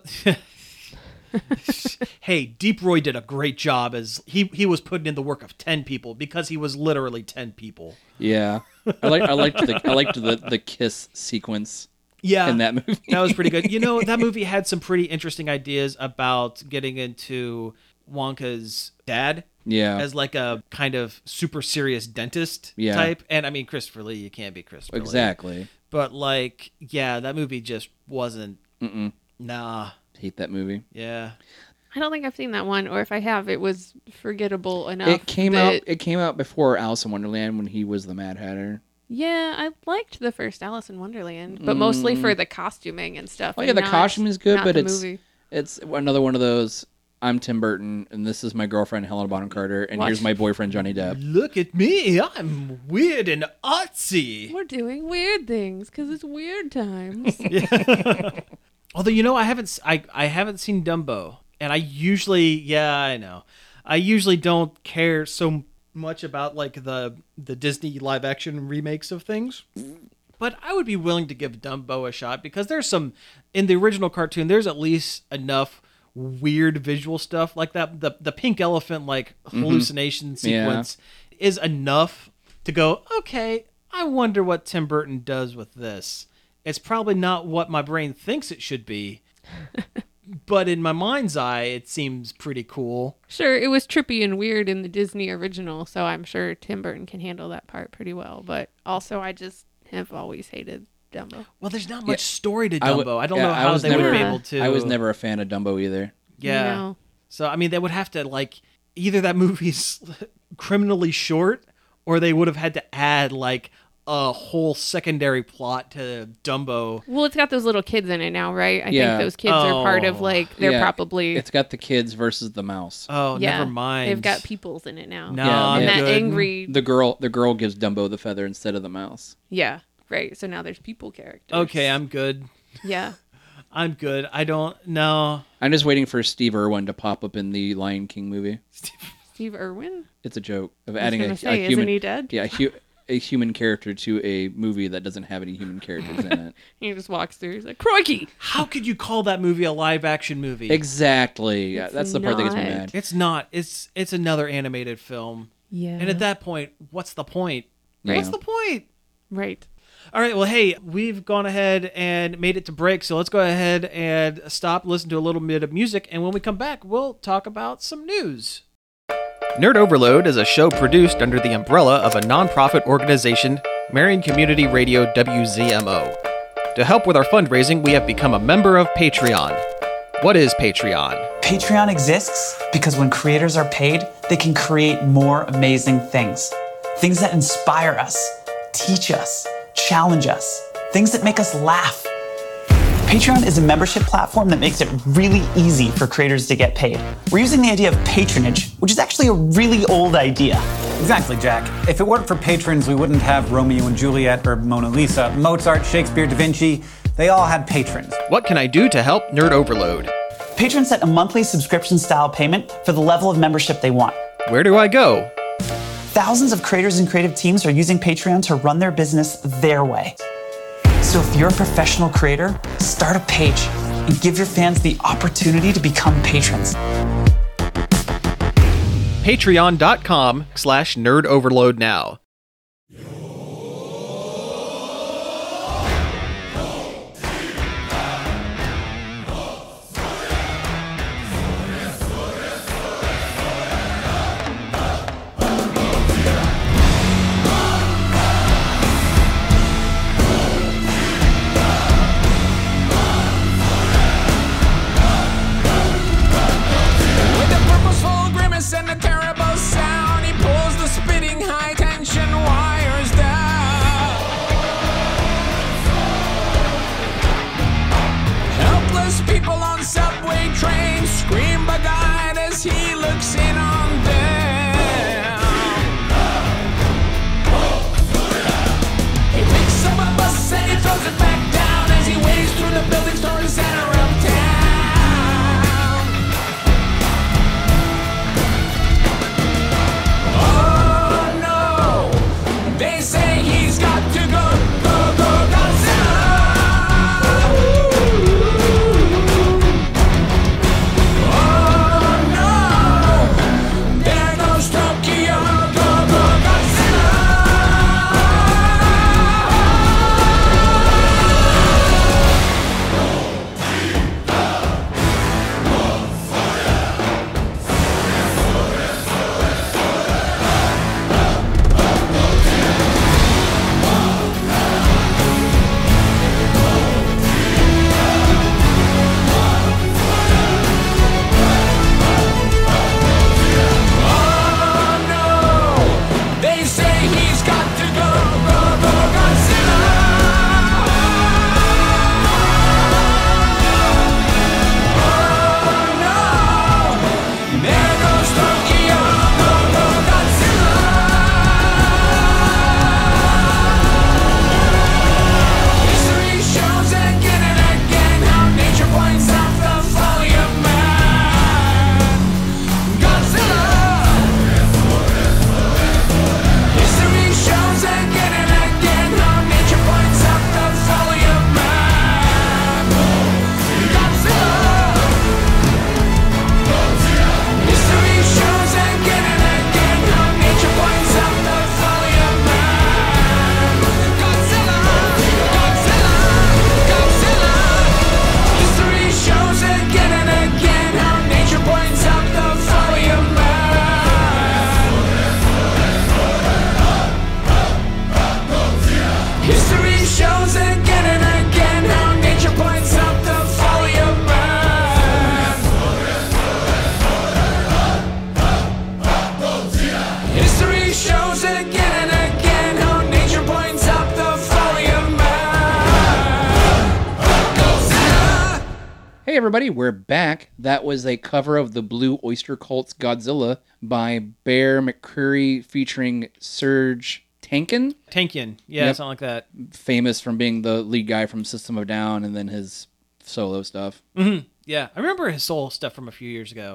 S3: <laughs> hey, Deep Roy did a great job as he he was putting in the work of ten people because he was literally ten people.
S2: Yeah, I like I liked the I liked the the kiss sequence
S3: Yeah,
S2: in that movie.
S3: that was pretty good. You know, that movie had some pretty interesting ideas about getting into Wonka's dad
S2: <laughs> yeah,
S3: as like a kind of super serious dentist
S2: Yeah.
S3: type. And I mean, Christopher Lee, you can't be Christopher Lee.
S2: exactly.
S3: But like, yeah, that movie just wasn't. Nah.
S2: Hate that movie.
S3: Yeah.
S4: I don't think I've seen that one, or if I have, it was forgettable enough.
S2: It came
S4: that-
S2: out. It came out before Alice in Wonderland when he was the Mad Hatter.
S4: Yeah, I liked the first Alice in Wonderland, but mostly for the costuming and stuff.
S2: Oh Mm. yeah,
S4: and
S2: the
S4: not-
S2: costume is good,
S4: not
S2: but
S4: the
S2: it's
S4: movie.
S2: it's another one of those. I'm Tim Burton, and this is my girlfriend Helena Bonham Carter, and
S4: What?
S2: here's my boyfriend Johnny Depp.
S3: Look at me. I'm weird and artsy.
S4: we're doing weird things because it's weird times.
S3: Although you know, I haven't s- I I haven't seen Dumbo, and I usually yeah I know, I usually don't care so much about like the the Disney live action remakes of things. But I would be willing to give Dumbo a shot because there's some in the original cartoon. There's at least enough weird visual stuff like that. The the pink elephant like
S2: Mm-hmm.
S3: hallucination sequence is enough to go okay. I wonder what Tim Burton does with this. It's probably not what my brain thinks it should
S2: <laughs>
S3: be, but in my mind's eye, it seems pretty cool.
S4: sure, it was trippy and weird in the Disney original, so I'm sure Tim Burton can handle that part pretty well. But also, I just have always hated Dumbo.
S3: Well, there's not much story to Dumbo. I
S2: I w-
S3: don't
S2: yeah,
S3: know
S2: I
S3: how
S2: was
S3: they
S2: never-
S3: were
S4: Yeah.
S3: able to.
S2: I was never a fan of Dumbo either.
S3: Yeah.
S4: No.
S3: So I mean, they would have to like either that movie's <laughs> criminally short or they would have had to add like a whole secondary plot to Dumbo.
S4: Well, it's got those little kids in it now, right? I
S2: Yeah.
S4: think those kids are part of
S3: Oh.
S4: like they're
S2: Yeah,
S4: probably
S2: It's got the kids versus the mouse.
S3: Oh,
S4: yeah.
S3: never mind.
S4: They've got peoples in it now.
S3: No,
S2: Yeah,
S3: I'm
S4: and that
S3: good.
S4: angry.
S2: the girl, the girl gives Dumbo the feather instead of the mouse.
S4: yeah, right. So now there's people characters.
S3: Okay, I'm good.
S4: yeah.
S3: I'm good. I don't know.
S2: I'm just waiting for Steve Irwin to pop up in the Lion King movie.
S4: Steve Irwin.
S2: It's a joke of
S4: I was
S2: adding
S4: gonna
S2: a,
S4: say,
S2: a
S4: isn't
S2: human,
S4: he dead?
S2: yeah, a, hu- a human character to a movie that doesn't have any human characters
S3: <laughs>
S2: in it.
S4: He just walks through. He's like, "Crikey!"
S3: <laughs> How could you call that movie a live action movie?
S2: Exactly. Yeah,
S4: It's
S2: that's the part that gets me
S4: not.
S2: mad.
S3: It's not. It's it's another animated film.
S4: Yeah.
S3: And at that point, what's the point?
S2: Yeah.
S3: What's the point?
S4: right.
S3: All right, well, hey, we've gone ahead and made it to break, so let's go ahead and stop, listen to a little bit of music, and when we come back, we'll talk about some news. Nerd Overload is a show produced under the umbrella of a nonprofit organization, Marion Community Radio WZMO. To help with our fundraising, we have become a member of Patreon. What is Patreon?
S5: Patreon exists because when creators are paid, they can create more amazing things. Things that inspire us, teach us, challenge us, things that make us laugh. Patreon is a membership platform that makes it really easy for creators to get paid. We're using the idea of patronage, which is actually a really old idea.
S6: Exactly, Jack. If it weren't for patrons, we wouldn't have Romeo and Juliet or Mona Lisa, Mozart, Shakespeare, Da Vinci. They all had patrons.
S3: What can I do to help Nerd Overload?
S5: Patrons set a monthly subscription style payment for the level of membership they want.
S3: Where do I go?
S5: Thousands of creators and creative teams are using Patreon to run their business their way. So if you're a professional creator, start a page and give your fans the opportunity to become patrons.
S3: patreon.com slash nerd overload now
S7: With a purposeful grimace and a terrible sound, he pulls the spitting high tension
S2: Hey everybody, we're back. That was a cover of the Blue Oyster Cult's Godzilla by Bear McCreary featuring Serge Tankin,
S3: Tankian. Yeah,
S2: Yep.
S3: something like that.
S2: famous from being the lead guy from System of a Down and then his solo stuff.
S3: Hmm, Yeah, I remember his soul stuff from a few years ago.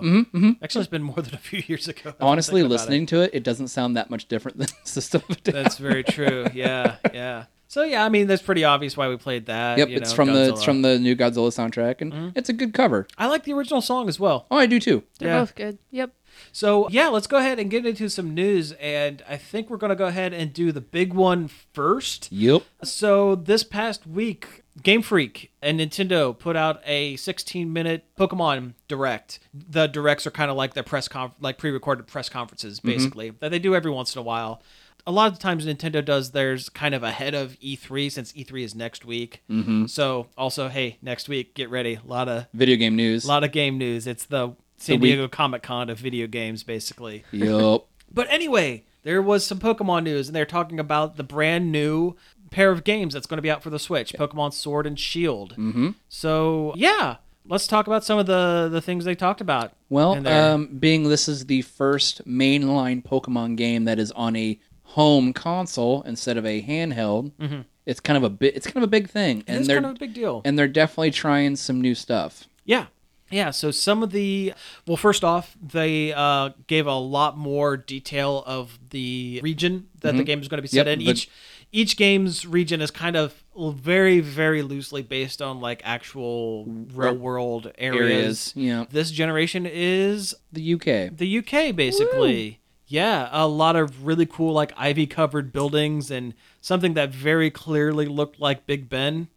S3: Actually, it's been more than a few <laughs> years ago. that I'm
S2: Mm-hmm, Honestly,
S3: thinking about it.
S2: listening to it, it doesn't sound that much different <laughs> than System of a Down.
S3: That's very true.
S2: <laughs>
S3: Yeah, yeah. So yeah, I mean, that's pretty obvious why we played that.
S2: Yep,
S3: you
S2: it's
S3: know,
S2: from the it's
S3: Godzilla. Hmm?
S2: from the new Godzilla soundtrack, and it's a good cover.
S3: I like the original song as well.
S2: Oh, I do too.
S4: They're
S3: Yeah.
S4: both good. Yep.
S3: So yeah, let's go ahead and get into some news, and I think we're gonna go ahead and do the big one first.
S2: Yep.
S3: So this past week, Game Freak and Nintendo put out a 16-minute Pokemon Direct. The directs are kind of like their press conf- like pre-recorded press conferences, basically that they do every once in a while. A lot of times Nintendo does theirs kind of ahead of E3 since E3 is next week. So also, hey, next week, get ready. A lot of
S2: Video game news.
S3: lot of game news. It's the San
S2: week-
S3: Diego Comic Con of video games, basically.
S2: Yep.
S3: <laughs> But anyway, there was some Pokemon news, and they're talking about the brand new pair of games that's going to be out for the Switch: Pokemon Sword and Shield. Mm-hmm. So yeah, let's talk about some of the the things they talked about. in
S2: Well,
S3: there.
S2: um, being this is the first mainline Pokemon game that is on a home console instead of a handheld, it's kind of a bit. It's kind of a big thing, and
S3: Mm-hmm. is
S2: they're
S3: kind of a big deal.
S2: and they're definitely trying some new stuff.
S3: yeah. Yeah, so some of the well, first off, they uh, gave a lot more detail of the region that the game is going to be set
S2: Mm-hmm. Yep,
S3: in.
S2: the-
S3: Each each game's region is kind of l- very, very loosely based on like actual real world areas.
S2: Areas, yeah.
S3: This generation is
S2: The UK.
S3: the UK basically. Yeah, a lot of really cool like ivy covered buildings and something that very clearly looked like Big Ben.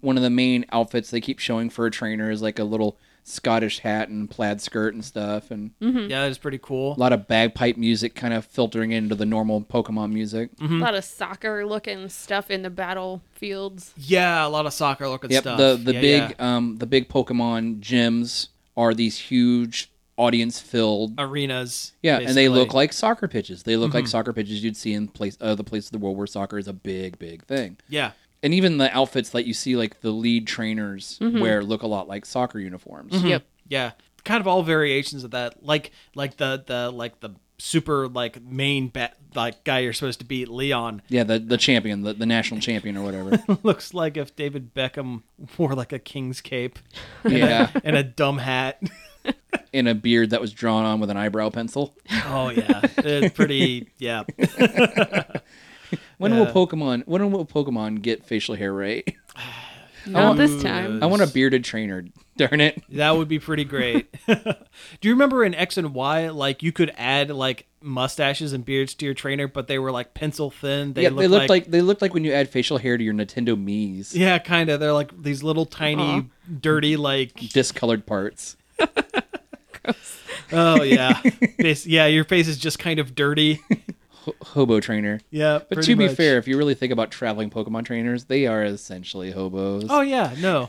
S2: One of the main outfits they keep showing for a trainer is like a little Scottish hat and plaid skirt and stuff, and
S3: Yeah, it's pretty cool.
S2: a lot of bagpipe music kind of filtering into the normal Pokemon music.
S3: Mm-hmm.
S4: A lot of soccer looking stuff in the battlefields.
S3: Yeah, a lot of soccer looking
S2: Yep.
S3: stuff.
S2: The the
S3: Yeah,
S2: big
S3: yeah.
S2: um the big Pokemon gyms are these huge audience filled
S3: arenas.
S2: Yeah, and they
S3: Oh,
S2: look
S3: basically. Mm-hmm.
S2: like soccer pitches. They look like soccer pitches you'd see in place uh, the place of the world where soccer is a big, big thing.
S3: yeah,
S2: And even the outfits that you see, like the lead trainers
S3: Mm-hmm.
S2: wear, look a lot like soccer uniforms.
S4: Yep.
S3: yeah, kind of all variations of that. Like like the the like the super like main bat like guy you're supposed to beat Leon <laughs>
S2: Yeah, the the champion, the, the national champion or whatever.
S3: looks like if David Beckham wore like a king's cape
S2: yeah,
S3: and a dumb hat. <laughs>
S2: in a beard that was drawn on with an eyebrow pencil.
S3: oh yeah, it's pretty yeah.
S2: When will Pokemon? When will Pokemon get facial hair right?
S4: Not this time.
S2: I want a bearded trainer. Darn it!
S3: That would be pretty great. <laughs> Do you remember in X and Y, like you could add like mustaches and beards to your trainer, but they were like pencil thin. They
S2: yeah,
S3: looked,
S2: they
S3: like
S2: looked like, they looked like when you add facial hair to your Nintendo Mii's
S3: Yeah, kind of. They're like these little tiny, dirty,
S2: <laughs>
S3: like
S2: discolored parts.
S3: oh yeah, Bas- yeah. Your <laughs> face is just kind of dirty.
S2: Hobo trainer.
S3: Yeah,
S2: But
S3: pretty
S2: to be
S3: much.
S2: fair, if you really think about traveling Pokemon trainers, they are essentially hobos.
S3: oh yeah,
S2: <laughs>
S3: no,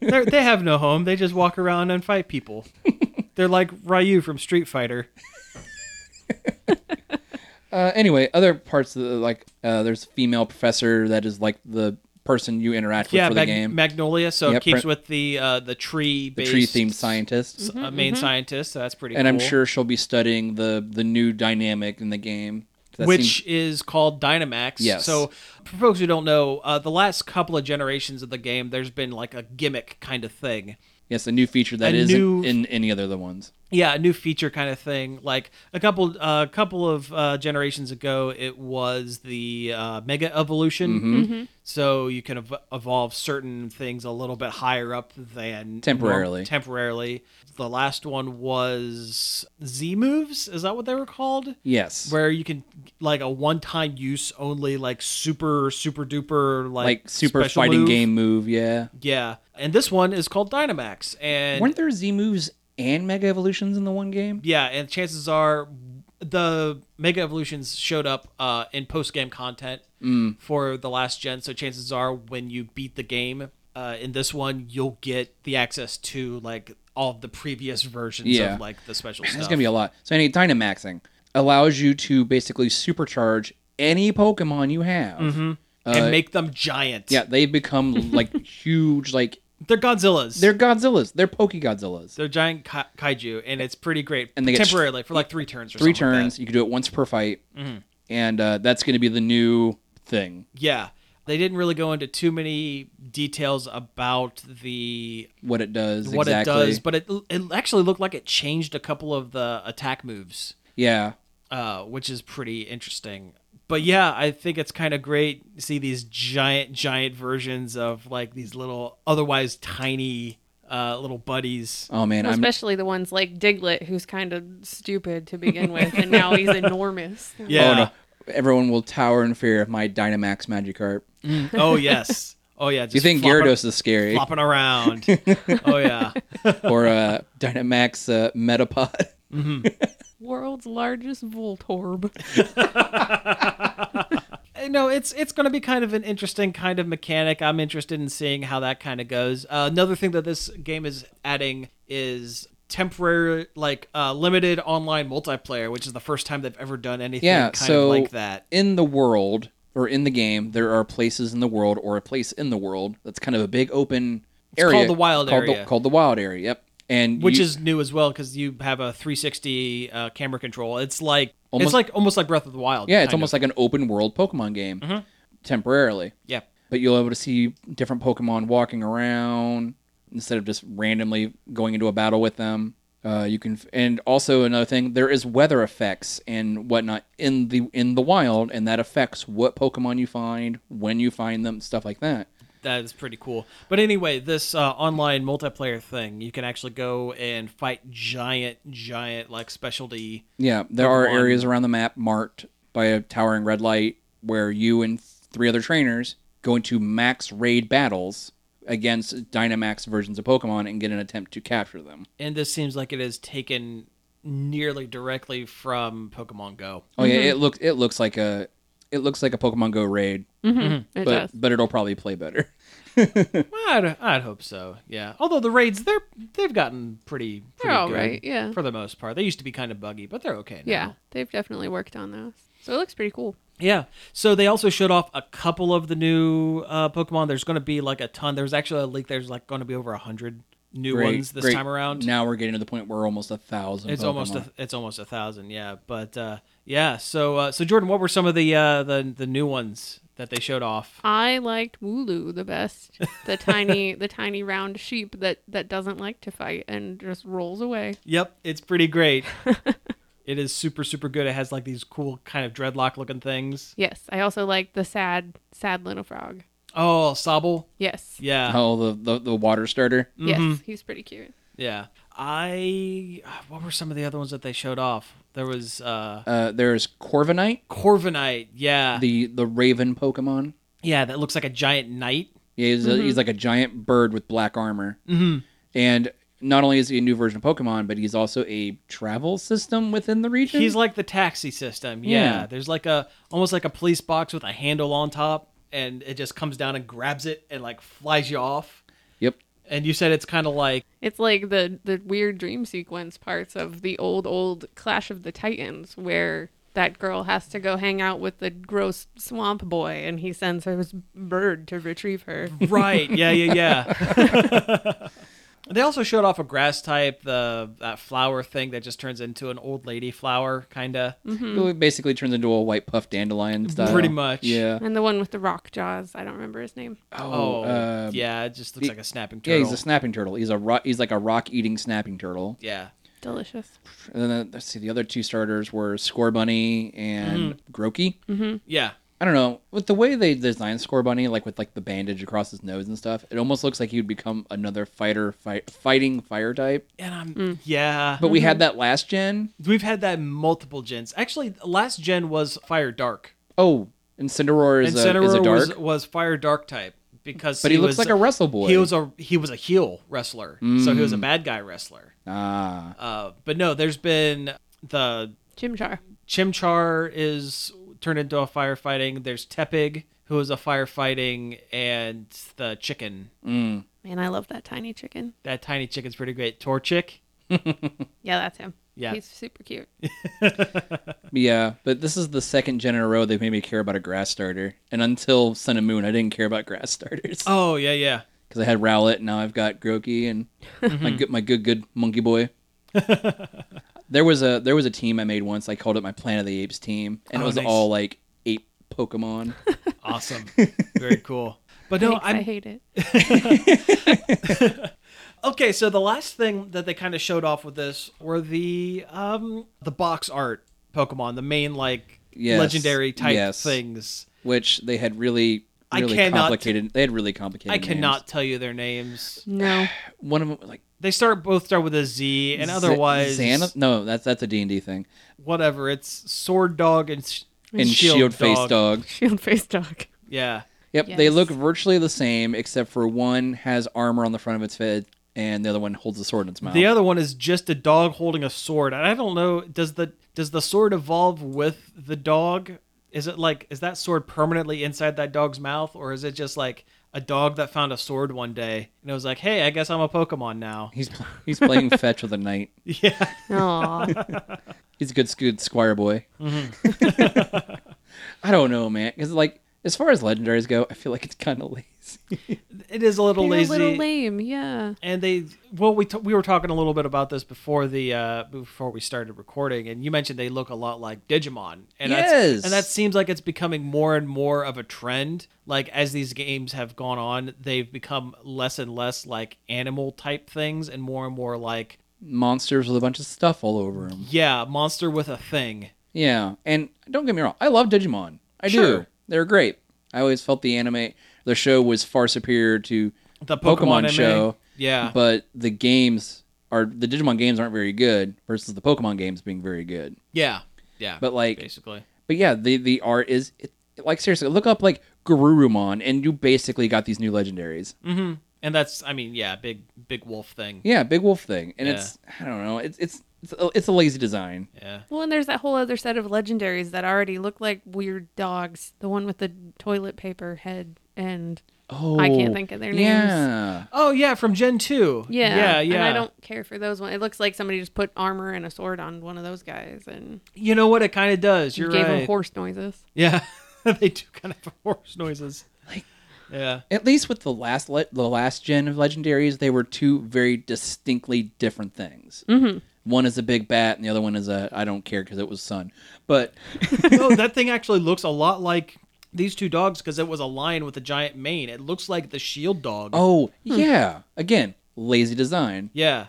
S3: They're, they have no home. They just walk around and fight people.
S2: <laughs>
S3: They're like Ryu from Street Fighter.
S2: Uh, anyway, other parts of the, like uh, there's a female professor that is like the person you interact with
S3: Yeah,
S2: for the
S3: Mag-
S2: game,
S3: Magnolia. So
S2: Yeah,
S3: it keeps
S2: print-
S3: with the uh, the tree
S2: the tree themed scientist,
S3: uh, main scientist. So that's pretty.
S2: and I'm
S3: cool.
S2: sure she'll be studying the the new dynamic in the game. That
S3: which
S2: seems-
S3: is called Dynamax.
S2: Yes.
S3: So, for folks who don't know, uh, the last couple of generations of the game, there's been like a gimmick kind of thing.
S2: yes, a new feature that
S3: a
S2: isn't
S3: new-
S2: in any other the ones.
S3: yeah a new feature kind of thing like a couple a couple of uh, generations ago it was the uh, mega evolution
S2: Mm-hmm.
S3: so you can ev- evolve certain things a little bit higher up than
S2: Temporarily.
S3: norm- temporarily the last one was z moves is that what they were called
S2: Yes,
S3: where you can like a one-time use only like super super duper like,
S2: like super
S3: special
S2: fighting
S3: move.
S2: game move. Yeah,
S3: yeah and this one is called dynamax and
S2: weren't there Z moves and Mega Evolutions in the one game?
S3: yeah and chances are the mega evolutions showed up uh, in post-game content
S2: Mm.
S3: for the last gen so chances are when you beat the game uh, in this one you'll get the access to like all of the previous versions
S2: Yeah.
S3: of like the
S2: <clears throat>
S3: special stuff
S2: That's gonna be a lot. So any Dynamaxing allows you to basically supercharge any
S3: Mm-hmm.
S2: Pokemon you have.
S3: and make them giant <laughs>
S2: Yeah, they become like huge, like
S3: They're Godzillas.
S2: They're Godzillas. They're Pokey Godzillas.
S3: they're giant ki- kaiju, and it's pretty great.
S2: And they get
S3: temporarily for like three turns or
S2: Three
S3: something like
S2: turns.
S3: that. Mm-hmm.
S2: you can do it once per fight, and uh, that's going to be the new thing.
S3: Yeah, they didn't really go into too many details about the
S2: What it does.
S3: what
S2: exactly.
S3: it does, but it it actually looked like it changed a couple of the attack moves,
S2: yeah.
S3: uh, which is pretty interesting. But yeah, I think it's kind of great to see these giant, giant versions of like these little otherwise tiny uh, little buddies.
S2: Oh man, I'm
S4: Especially the ones like Diglett, who's kind of stupid to begin with, and now <laughs> he's enormous.
S3: Yeah.
S2: Oh no. Everyone will tower in fear of my Dynamax Magikarp.
S3: Oh yes. Oh yeah. Just
S2: <laughs> You think
S3: flopping-
S2: Gyarados is scary,
S3: flopping around?
S2: <laughs>
S3: oh yeah.
S2: or uh, Dynamax uh, Metapod? <laughs>
S4: World's largest Voltorb.
S3: Uh, No, it's it's going to be kind of an interesting kind of mechanic. I'm interested in seeing how that kind of goes. Uh, another thing that this game is adding is temporary, like uh, limited online multiplayer, which is the first time they've ever done anything
S2: Yeah,
S3: kind
S2: so-
S3: of like that.
S2: in the world or in the game, there are places in the world or a place in the world that's kind of a big open area
S3: called the wild
S2: called
S3: area.
S2: The, called the wild area. Yep, and
S3: Which
S2: you-
S3: is new as well because you have a 360 uh, camera control. It's like it's
S2: Almost-
S3: like almost like Breath of the Wild.
S2: yeah, it's
S3: kind
S2: almost
S3: of. Mm-hmm.
S2: like an open world Pokemon game temporarily,
S3: yeah.
S2: but you'll be able to see different Pokemon walking around instead of just randomly going into a battle with them. Uh, you can, and also another thing, there is weather effects and whatnot in the in the wild, and that affects what Pokemon you find, when you find them, stuff like that.
S3: That is pretty cool. But anyway, this uh, online multiplayer thing, you can actually go and fight giant, giant like specialty.
S2: Yeah, there are
S3: one.
S2: areas around the map marked by a towering red light where you and three other trainers go into max raid battles against Dynamax versions of Pokemon and get an attempt to capture them.
S3: and this seems like it is taken nearly directly from Pokemon Go.
S2: Oh yeah,
S4: Mm-hmm.
S2: it looks it looks like a it looks like a Pokemon Go raid,
S4: Mm-hmm.
S2: but
S4: It does.
S2: but it'll probably play better.
S3: I'd, I'd hope so. Yeah. Although the raids, they're they've gotten pretty pretty
S4: all
S3: good
S4: right, yeah.
S3: for the most part. They used to be kind of buggy, but they're okay now.
S4: Yeah, they've definitely worked on those. So it looks pretty cool.
S3: Yeah. So they also showed off a couple of the new uh, Pokemon. There's going to be like a ton. There's actually a leak. There's like going to be over a hundred new ones this
S2: great.
S3: time around.
S2: Now we're getting to the point where almost a thousand.
S3: it's
S2: Pokemon.
S3: almost a, it's almost a thousand. Yeah. But uh, yeah. So uh, so Jordan, what were some of the uh, the the new ones that they showed off?
S4: I liked Wooloo the best. The <laughs> tiny the tiny round sheep that that doesn't like to fight and just rolls away.
S3: Yep, it's pretty great. it is super super good. It has like these cool kind of dreadlock looking things.
S4: Yes, I also liked the sad sad little frog.
S3: Oh, Sobble.
S4: Yes.
S3: Yeah.
S2: oh the, the the water starter.
S4: Yes, he's pretty cute.
S3: Yeah. I what were some of the other ones that they showed off? There was uh
S2: Uh, there's Corviknight,
S3: Corviknight. Yeah.
S2: the the Raven Pokemon.
S3: yeah, that looks like a giant knight.
S2: Yeah, he's,
S3: Mm-hmm.
S2: a, he's like a giant bird with black armor. Mm-hmm. And not only is he a new version of Pokemon, but he's also a travel system within the region.
S3: He's like the taxi system. Yeah.
S2: Mm. Yeah.
S3: There's like a almost like a police box with a handle on top and it just comes down and grabs it and like flies you off.
S2: yep.
S3: And you said it's kind of like
S4: It's like the the weird dream sequence parts of the old old Clash of the Titans where that girl has to go hang out with the gross swamp boy and he sends her his bird to retrieve <laughs> her.
S3: Right. Yeah. Yeah. Yeah. <laughs> they also showed off a grass type, the that flower thing that just turns into an old lady flower, kind of.
S2: He basically turns into a white puff dandelion style.
S3: hmm. Pretty much.
S2: Yeah.
S4: And the one with the rock jaws, I don't remember his name.
S3: Oh.
S2: uh,
S3: yeah. It just looks like a snapping
S2: Yeah,
S3: turtle.
S2: he's a snapping turtle. He's a ro- he's like a rock eating snapping turtle.
S3: yeah.
S4: Delicious.
S2: And then uh, let's see, the other two starters were Scorbunny and
S3: Mm-hmm.
S2: Groki.
S3: Yeah.
S2: I don't know with the way they designed Scorbunny, like with like the bandage across his nose and stuff. It almost looks like he would become another fighter, fight, fighting fire type.
S3: And I'm. Yeah.
S2: But we had that last gen.
S3: We've had that multiple gens. Actually, last gen was Fire Dark,
S2: Oh, and Cinderor is,
S3: and
S2: a, is a
S3: Senator
S2: dark.
S3: was was Fire Dark type because.
S2: But he looks
S3: was,
S2: like a wrestle boy. Mm.
S3: He was a he was a heel wrestler, so he was a bad guy wrestler.
S2: ah,
S3: Uh, but no, there's been the
S4: Chimchar.
S3: Chimchar is turned into a firefighting. There's Tepig, who is a firefighting, and the chicken.
S4: Man, I love that tiny chicken.
S3: That tiny chicken's pretty great. Torchic.
S4: Yeah, that's him.
S3: Yeah.
S4: He's super cute.
S2: yeah. But this is the second gen in a row they've made me care about a grass starter. And until Sun and Moon, I didn't care about grass starters because
S3: Oh yeah, yeah.
S2: because I had Rowlett. Now I've got Groki and
S3: Mm-hmm.
S2: my good, my good, good
S3: <laughs>
S2: monkey boy. there was a there was a team I made once. I called it my Planet of the Apes team, and it
S3: Oh,
S2: was
S3: nice.
S2: all like ape
S3: <laughs>
S2: Pokemon. <laughs>
S3: Awesome. Very cool. But no,
S4: Thanks, I
S3: I'm
S4: hate it.
S3: okay. So the last thing that they kind of showed off with this were the um the box art Pokemon, the main like
S2: Yes,
S3: legendary type
S2: yes.
S3: things.
S2: which they had really
S3: I
S2: really
S3: cannot-
S2: complicated. They had really complicated.
S3: I cannot
S2: names.
S3: tell you their names.
S4: No.
S2: One of them like
S3: They start both start with a Z, and
S2: Z-
S3: otherwise
S2: Xana- No, that's that's a D and D thing.
S3: whatever. It's Sword Dog and, sh-
S2: And shield, face dog.
S4: <laughs> Shield face dog.
S3: Yeah.
S2: Yep, they
S4: Yes.
S2: look virtually the same except for one has armor on the front of its head and the other one holds a sword in its mouth.
S3: The other one is just a dog holding a sword. And I don't know. Does the does the sword evolve with the dog? Is it like is that sword permanently inside that dog's mouth, or is it just like a dog that found a sword one day and it was like, hey, I guess I'm a Pokemon now.
S2: he's he's
S3: <laughs>
S2: playing fetch with a knight.
S3: Yeah.
S4: <laughs> Aw.
S2: He's a good good squire boy.
S3: Mm-hmm.
S2: <laughs> I don't know, man, cuz like as far as legendaries go, I feel like it's kind of lazy.
S3: It is a little
S4: They're
S3: lazy.
S4: a little lame, yeah.
S3: and they well we t- we were talking a little bit about this before the uh before we started recording and you mentioned they look a lot like digimon and that's
S2: Yes.
S3: and that seems like it's becoming more and more of a trend like as these games have gone on they've become less and less like animal type things and more and more like
S2: Monsters with a bunch of stuff all over them.
S3: yeah monster with a thing
S2: Yeah, and don't get me wrong, I love Digimon. I do.
S3: Sure.
S2: They're great. I always felt the anime, the show was far superior to
S3: the pokemon, anime.
S2: show.
S3: yeah
S2: But the games are the Digimon games aren't very good versus the Pokemon games being very good.
S3: yeah yeah
S2: But like,
S3: basically
S2: but yeah, the the art is it, like seriously, look up like Garurumon, and you basically got these new legendaries.
S3: Mm. and that's i mean yeah big big wolf thing
S2: Yeah, Big Wolf thing, and
S3: Yeah.
S2: it's I don't know, it's it's it's a, it's a lazy design.
S3: yeah
S4: Well, and there's that whole other set of legendaries that already look like weird dogs. The one with the toilet paper head and
S2: Oh,
S4: can't think of their names.
S2: Yeah,
S3: oh yeah from gen 2
S4: yeah,
S3: yeah
S4: and
S3: yeah
S4: I don't care for those one. It looks like somebody just put armor and a sword on one of those guys and
S3: you know what it kind of does you're
S4: gave
S3: right
S4: them horse noises.
S3: Yeah, <laughs> they do kind of have horse noises.
S2: Like-
S3: <laughs> yeah,
S2: at least with the last le- the last gen of legendaries, they were two very distinctly different things. Mm-hmm. One is a big bat, and the other one is a I don't care because it was sun. But
S3: no, that thing actually looks a lot like these two dogs because it was a lion with a giant mane. It looks like the shield dog.
S2: oh yeah, again lazy design.
S3: yeah,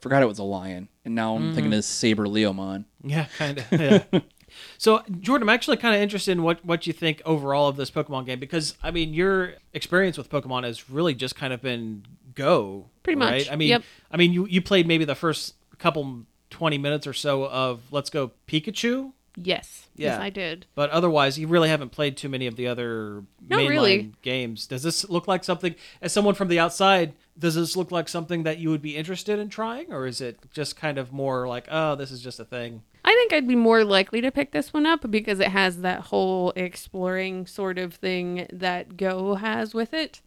S2: Forgot it was a lion, and now I'm thinking of Saber Leomon.
S3: yeah, kind of. Yeah.
S4: <laughs>
S3: So Jordan, I'm actually kind of interested in what, what you think overall of this Pokemon game because I mean your experience with Pokemon has really just kind of been go
S4: Pretty much,
S3: right? I mean,
S4: yep.
S3: I mean you you played maybe the first couple twenty minutes or so of Let's Go Pikachu,
S4: Yes. Yes,
S3: Yeah.
S4: I did.
S3: But otherwise, you really haven't played too many of the other
S4: Not
S3: mainline
S4: really.
S3: games. Does this look like something, as someone from the outside, does this look like something that you would be interested in trying? Or is it just kind of more like, oh, this is just a thing?
S4: I think I'd be more likely to pick this one up because it has that whole exploring sort of thing that Go has with it.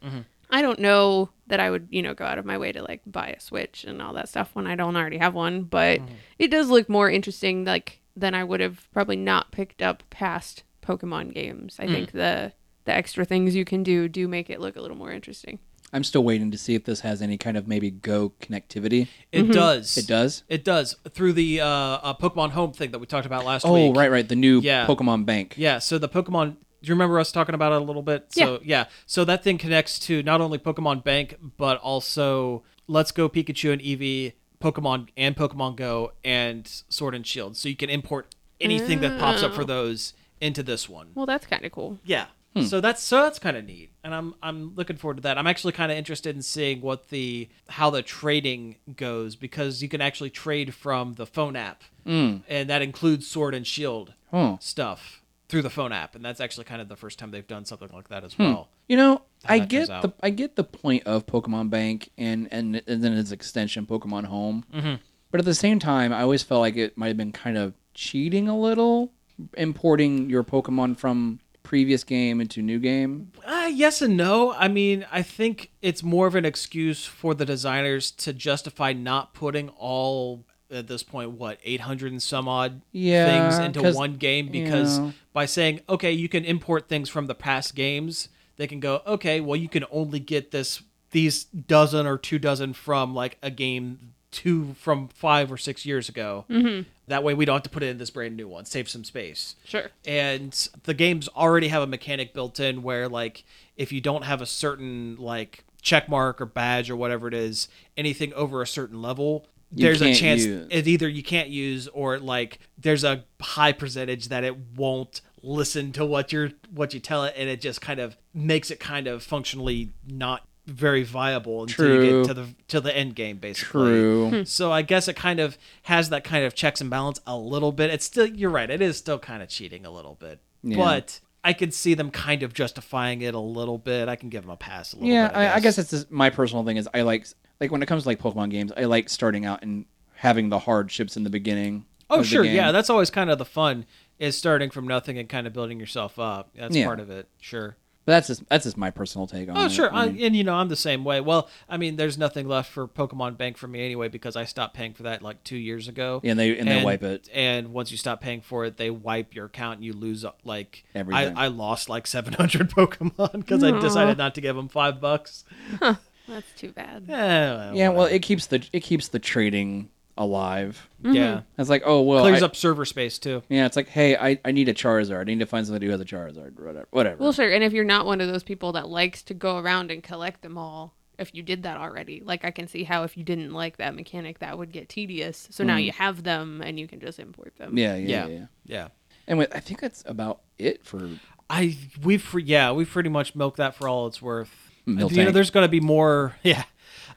S4: I don't know that I would, you know, go out of my way to like buy a Switch and all that stuff when I don't already have one, but it does look more interesting like than I would have probably not picked up past Pokemon games. I think the the extra things you can do do make it look a little more interesting.
S2: I'm still waiting to see if this has any kind of maybe Go connectivity.
S3: It does.
S2: Mm-hmm. It does.
S3: It does. Through the uh, uh, Pokemon Home thing that we talked about last
S2: Oh
S3: week.
S2: right, right. The new
S3: Yeah.
S2: Pokemon Bank.
S3: Yeah, so the Pokemon. Do you remember us talking about it a little bit? So, yeah. So that thing connects to not only Pokemon Bank, but also Let's Go Pikachu and Eevee, Pokemon and Pokemon Go, and Sword and Shield. So you can import anything that pops up for those into this one.
S4: Well, that's kind of cool.
S3: Yeah.
S2: Hmm.
S3: So that's so that's kind of neat, and I'm I'm looking forward to that. I'm actually kind of interested in seeing what the how the trading goes because you can actually trade from the phone app, and that includes Sword and Shield
S2: Hmm. Huh.
S3: stuff through the phone app, and that's actually kind of the first time they've done something like that as
S2: Hmm.
S3: well.
S2: You know, I
S3: that
S2: get
S3: turns
S2: the I get the point of Pokemon Bank and and, and then its extension Pokemon Home. Mm-hmm. But at the same time, I always felt like it might have been kind of cheating a little, importing your Pokemon from previous game into new game.
S3: Uh, yes and no. I mean, I think it's more of an excuse for the designers to justify not putting all at this point what 800 and some odd
S2: Yeah,
S3: things into
S2: 'cause-
S3: one game because
S2: yeah.
S3: by saying okay you can import things from the past games they can go okay well you can only get this these dozen or two dozen from like a game two from five or six years ago. Mm-hmm. That way we don't have to put in this brand new one. Save some space.
S4: Sure.
S3: And the games already have a mechanic built in where like if you don't have a certain like check mark or badge or whatever it is, anything over a certain level,
S2: You
S3: there's a
S2: can't
S3: chance
S2: use.
S3: it either you can't use or like there's a high percentage that it won't listen to what you're what you tell it and it just kind of makes it kind of functionally not very viable until you
S2: True.
S3: get to the to the end game basically.
S2: True.
S3: So I guess it kind of has that kind of checks and balance a little bit. It's still you're right, it is still kind of cheating a little bit. But I could see them kind of justifying it a little bit. I can give them a pass a little
S2: yeah,
S3: bit.
S2: I, I guess that's just my personal thing. Is I like like when it comes to like Pokemon games, I like starting out and having the hardships in the beginning.
S3: Oh
S2: of the
S3: sure,
S2: game.
S3: yeah, that's always kind of the fun is starting from nothing and kind of building yourself up. That's
S2: Yeah.
S3: part of it. Sure.
S2: but that's just that's just my personal take on.
S3: Oh
S2: it.
S3: sure, I,
S2: I mean,
S3: and you know I'm the same way. Well, I mean, there's nothing left for Pokemon Bank for me anyway because I stopped paying for that like two years ago.
S2: Yeah, and they- and they wipe it.
S3: And once you stop paying for it, they wipe your account. And you lose uh, like
S2: Everything.
S3: I, I lost like 700 <laughs> Pokemon because I decided not to give them five bucks.
S4: That's too bad.
S3: Eh, well,
S2: yeah, well, it keeps the it keeps the trading alive.
S3: yeah.
S2: It's like oh well,
S3: Clears
S2: I-
S3: up server space too.
S2: Yeah, it's like hey, I, I need a Charizard. I need to find somebody who has a Charizard. Whatever, whatever.
S4: Well, sure. And if you're not one of those people that likes to go around and collect them all, if you did that already, like I can see how if you didn't like that mechanic, that would get tedious. So now you have them and you can just import them.
S2: yeah,
S3: Yeah.
S2: yeah, yeah. yeah.
S3: Yeah.
S2: Anyway, I think that's about it for
S3: I we've pre- yeah we've pretty much milked that for all it's worth.
S2: Milk
S3: you know,
S2: tank.
S3: there's going to be more. <laughs> Yeah,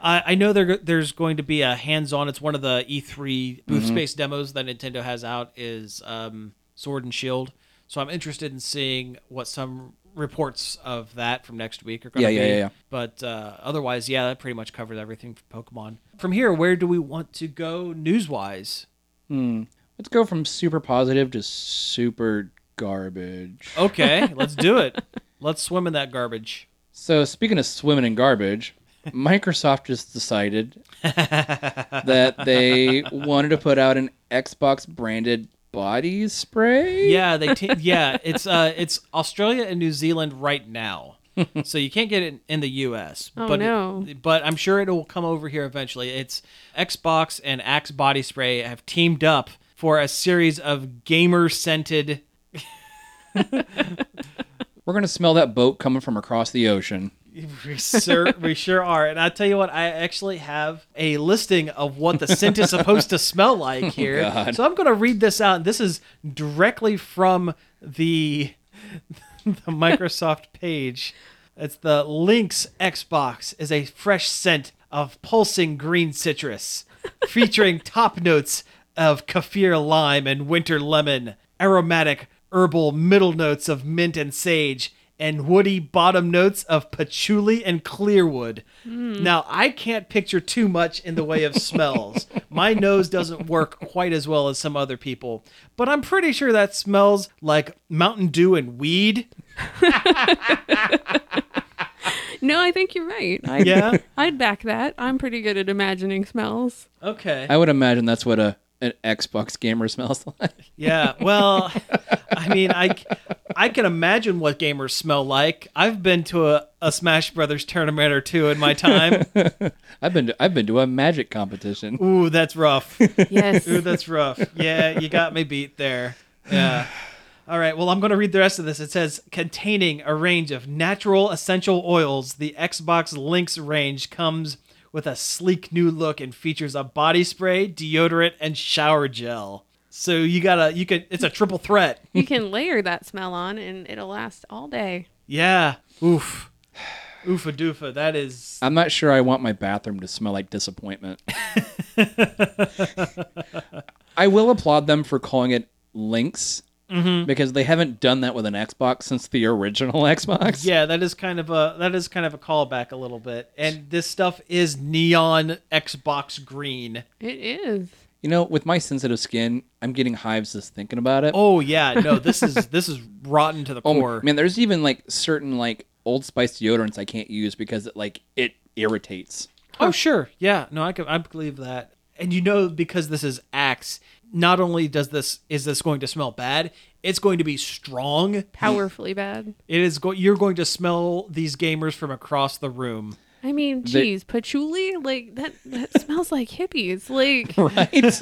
S3: I I know there there's going to be a hands-on. It's one of the E3
S2: Mm-hmm.
S3: booth space demos that Nintendo has out is um, Sword and Shield. So I'm interested in seeing what some reports of that from next week are going
S2: Yeah,
S3: to
S2: yeah,
S3: be.
S2: yeah, yeah.
S3: But uh, otherwise, yeah, that pretty much covers everything for Pokemon. From here, where do we want to go news-wise?
S2: let's go from super positive to super garbage.
S3: Oh. Okay, <laughs> let's do it. Let's swim in that garbage.
S2: So speaking of swimming in garbage, Microsoft just decided that they wanted to put out an Xbox branded body spray.
S3: Yeah, they t- yeah, it's uh it's Australia and New Zealand right now. so you can't get it in the US,
S4: <laughs> Oh,
S3: but
S4: no.
S3: but I'm sure it will come over here eventually. It's Xbox and Axe body spray have teamed up for a series of gamer scented
S2: We're gonna smell that boat coming from across the ocean.
S3: we sure, we sure are. And I tell you what, I actually have a listing of what the scent is supposed to smell like here.
S2: God.
S3: so I'm going to read this out. This is directly from the <laughs> the Microsoft page. It's the Lynx Xbox is a fresh scent of pulsing green citrus, featuring top notes of kaffir lime and winter lemon, aromatic herbal middle notes of mint and sage, and woody bottom notes of patchouli and clearwood. Now, I can't picture too much in the way of smells. My nose doesn't work quite as well as some other people, but I'm pretty sure that smells like Mountain Dew and weed.
S4: No, I think you're right. I,
S3: Yeah.
S4: I'd back that. I'm pretty good at imagining smells.
S3: Okay.
S2: I would imagine that's what a an Xbox gamer <laughs> smells like.
S3: Yeah. Well, I mean, I, I can imagine what gamers smell like. I've been to a, a Smash Brothers tournament or two in my time.
S2: I've been to, I've been to a magic competition.
S3: Ooh, that's rough.
S4: Yes.
S3: Ooh, that's rough. Yeah, you got me beat there. Yeah. All right. Well, I'm going to read the rest of this. It says containing a range of natural essential oils, the Xbox Lynx range comes with a sleek new look and features a body spray, deodorant, and shower gel. So you gotta, you can. It's a triple threat.
S4: <laughs> you can layer that smell on and it'll last all day.
S3: Yeah. Oof. Oofa doofa. That is.
S2: I'm not sure I want my bathroom to smell
S3: <laughs>
S2: like disappointment. I will applaud them for calling it Lynx
S3: Mm-hmm.
S2: because they haven't done that with an Xbox since the original <laughs> Xbox.
S3: Yeah, that is kind of a that is kind of a callback a little bit. And this stuff is neon Xbox green.
S4: It is.
S2: You know, with my sensitive skin, I'm getting hives just thinking about it.
S3: Oh yeah,
S2: <laughs>
S3: no, this is this is rotten to the
S2: Oh,
S3: core.
S2: man, there's even like certain like Old Spice deodorants I can't use because it like it
S3: <laughs>
S2: irritates.
S3: Oh sure, yeah, no, I can I believe that. And you know, because this is Axe, not only does this is this going to smell bad, it's going to be strong.
S4: Powerfully bad.
S3: It is go- you're going to smell these gamers from across the room.
S4: I mean,
S2: They-
S4: geez, patchouli? Like, that, that smells like hippies. Like,
S2: right?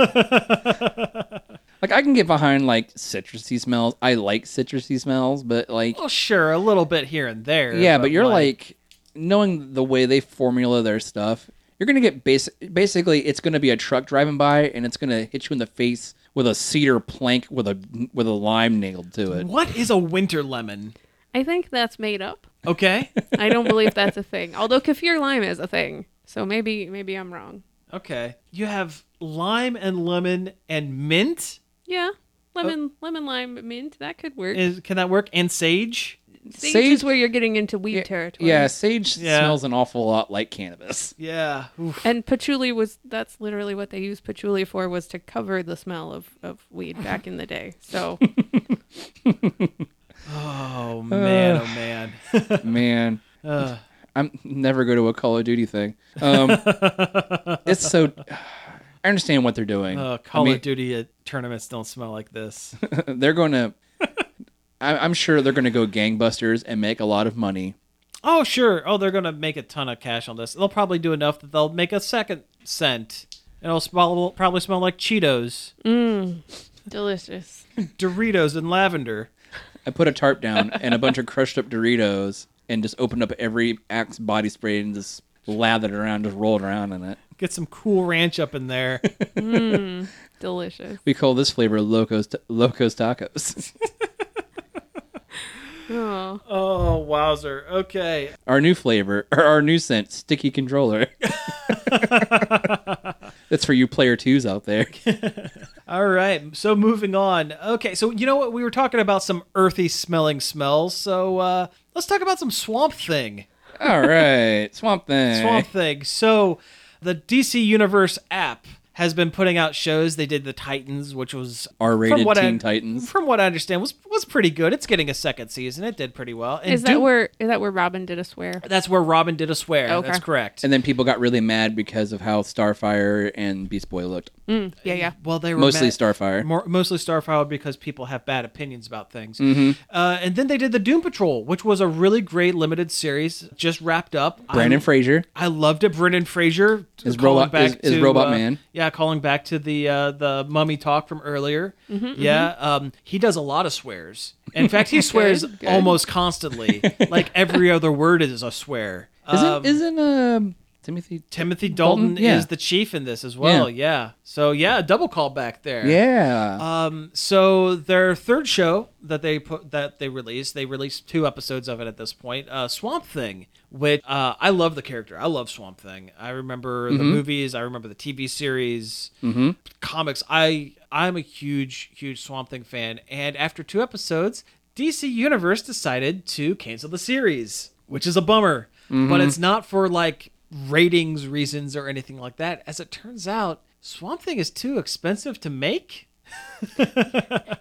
S2: <laughs> like I can get behind like citrusy smells. I like citrusy smells, but like
S3: Well, sure, a little bit here and there.
S2: yeah, but you're like knowing the way they formula their stuff, you're gonna get basic. Basically, it's gonna be a truck driving by and it's gonna hit you in the face with a cedar plank with a with a lime nailed to it.
S3: what is a winter lemon?
S4: I think that's made up.
S3: Okay,
S4: I don't believe that's a thing. Although kaffir lime is a thing. So maybe maybe I'm wrong.
S3: okay. You have lime and lemon and mint.
S4: Yeah. Lemon lemon lime mint, that could work.
S3: Is can that work? And sage.
S4: Sage,
S2: Sage-
S4: is where you're getting into weed territory.
S2: Yeah, sage
S3: Yeah.
S2: smells an awful lot
S3: <laughs>
S2: like cannabis.
S3: Yeah. Oof.
S4: And patchouli was that's literally what they used patchouli for was to cover the smell of, of weed back in the day. So
S3: Oh man. Oh <sighs> man.
S2: Man. I'm never go to a Call of Duty thing.
S3: <laughs>
S2: Um, it's so. <sighs> I understand what they're doing.
S3: Uh,
S2: I
S3: Call
S2: mean,
S3: of Duty uh, tournaments don't smell like this.
S2: They're
S3: <laughs>
S2: going to. I- I'm sure they're going to go gangbusters and make a lot of money.
S3: oh sure. Oh, they're gonna make a ton of cash on this. They'll probably do enough that they'll make a second scent. It'll smell, probably smell like Cheetos,
S4: delicious.
S3: Doritos, and lavender.
S2: I put a tarp down and a bunch of crushed up Doritos and just opened up every Axe body spray and just lathered around, just rolled around in it.
S3: Get some cool ranch up in there.
S4: Delicious.
S2: We call this flavor Locos Locos Tacos. <laughs>
S4: Oh.
S3: <laughs> oh wowzer. Okay.
S2: our new flavor or our new scent, Sticky Controller. <laughs> That's for you player twos out there. <laughs>
S3: All right. So moving on. Okay. So you know what? We were talking about some earthy smelling smells. So uh, let's talk about some swamp thing.
S2: All right, Swamp Thing.
S3: Swamp Thing. So, the DC Universe app has been putting out shows. They did the Titans, which was
S2: R-rated
S3: from what
S2: Teen
S3: I-
S2: Titans.
S3: From what I understand, was was pretty good. It's getting a second season. It did pretty well. And Uh,
S4: Is that
S3: Doom-
S4: where is that where Robin did a swear?
S3: That's where Robin did a swear.
S4: Okay.
S3: That's correct.
S2: And then people got really mad because of how Starfire and Beast Boy looked.
S4: Yeah, yeah.
S3: well, they were
S2: Mostly
S3: mad-
S2: Starfire.
S3: More, mostly Starfire because people have bad opinions about things.
S2: Mm-hmm.
S3: Uh, and then they did the Doom Patrol, which was a really great limited series, just wrapped up.
S2: Brandon
S3: I'm-
S2: Fraser.
S3: I loved it. Brendan Fraser
S2: Is
S3: calling
S2: robot-
S3: back
S2: is- is
S3: to,
S2: Robot
S3: uh,
S2: Man.
S3: Yeah, calling back to the uh, the mummy talk from earlier. yeah, Um, he does a lot of swears. In fact, he swears almost constantly. like every other word is a swear.
S2: Isn't
S3: Um,
S2: isn't um Timothy?
S3: Timothy Dalton,
S2: Dalton? Yeah.
S3: is the chief in this as well. Yeah. So yeah, a double call back there.
S2: Yeah.
S3: Um, so their third show that they put that they released, they released two episodes of it at this point. Uh, Swamp Thing, which uh, I love the character. I love Swamp Thing. I remember the movies. I remember the TV series, comics. I I'm a huge huge Swamp Thing fan. And after two episodes, DC Universe decided to cancel the series, which is a bummer. But it's not for like ratings reasons or anything like that. As it turns out, Swamp Thing is too expensive to make.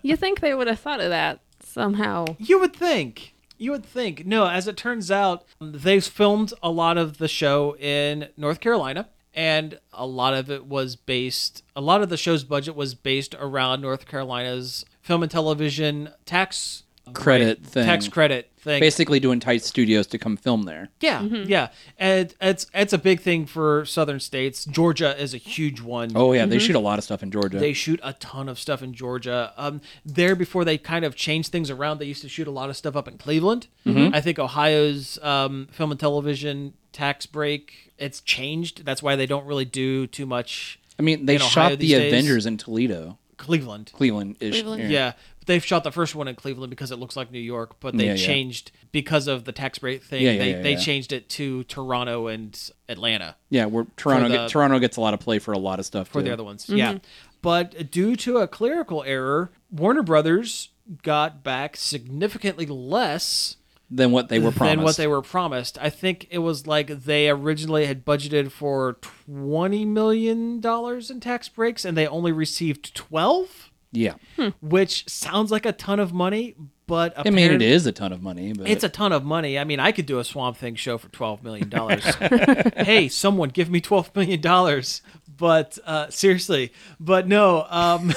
S4: You think they would have thought of that somehow.
S3: You would think. You would think. No, as it turns out, they filmed a lot of the show in North Carolina, and a lot of it was based, a lot of the show's budget was based around North Carolina's film and television tax
S2: Credit thing.
S3: Tax credit thing.
S2: Basically, to entice studios to come film there.
S3: Yeah, yeah. And it's it's a big thing for southern states. Georgia is a huge one.
S2: Oh yeah, they shoot a lot of stuff in Georgia.
S3: Mm-hmm. They shoot a ton of stuff in Georgia. Um, there before they kind of changed things around, they used to shoot a lot of stuff up in Cleveland.
S2: Mm-hmm.
S3: I think Ohio's um, film and television tax break it's changed. That's why they don't really do too much
S2: I mean, they
S3: in Ohio
S2: shot the
S3: these days.
S2: Avengers in Toledo,
S3: Cleveland.
S2: Cleveland ish.
S4: Cleveland.
S3: Yeah. they've shot the first one in Cleveland because it looks like New York, but they
S2: Yeah, yeah.
S3: changed because of the tax break thing.
S2: Yeah, yeah,
S3: they
S2: yeah,
S3: they
S2: yeah.
S3: changed it to Toronto and Atlanta.
S2: Yeah, where Toronto
S3: the-
S2: get, Toronto gets a lot of play for a lot of stuff.
S3: for
S2: too.
S3: the other ones. Yeah. But due to a clerical error, Warner Brothers got back significantly less
S2: than what they were promised.
S3: than what they were promised. I think it was like they originally had budgeted for 20 million dollars in tax breaks and they only received 12,
S2: Yeah,
S3: Hmm. which sounds like a ton of money, but
S2: I mean it
S3: apparent-
S2: is a ton of money, but
S3: it's a ton of money. I mean, I could do a Swamp Thing show for twelve million dollars. hey, someone give me twelve million dollars. But uh, seriously, but no. <laughs> Um,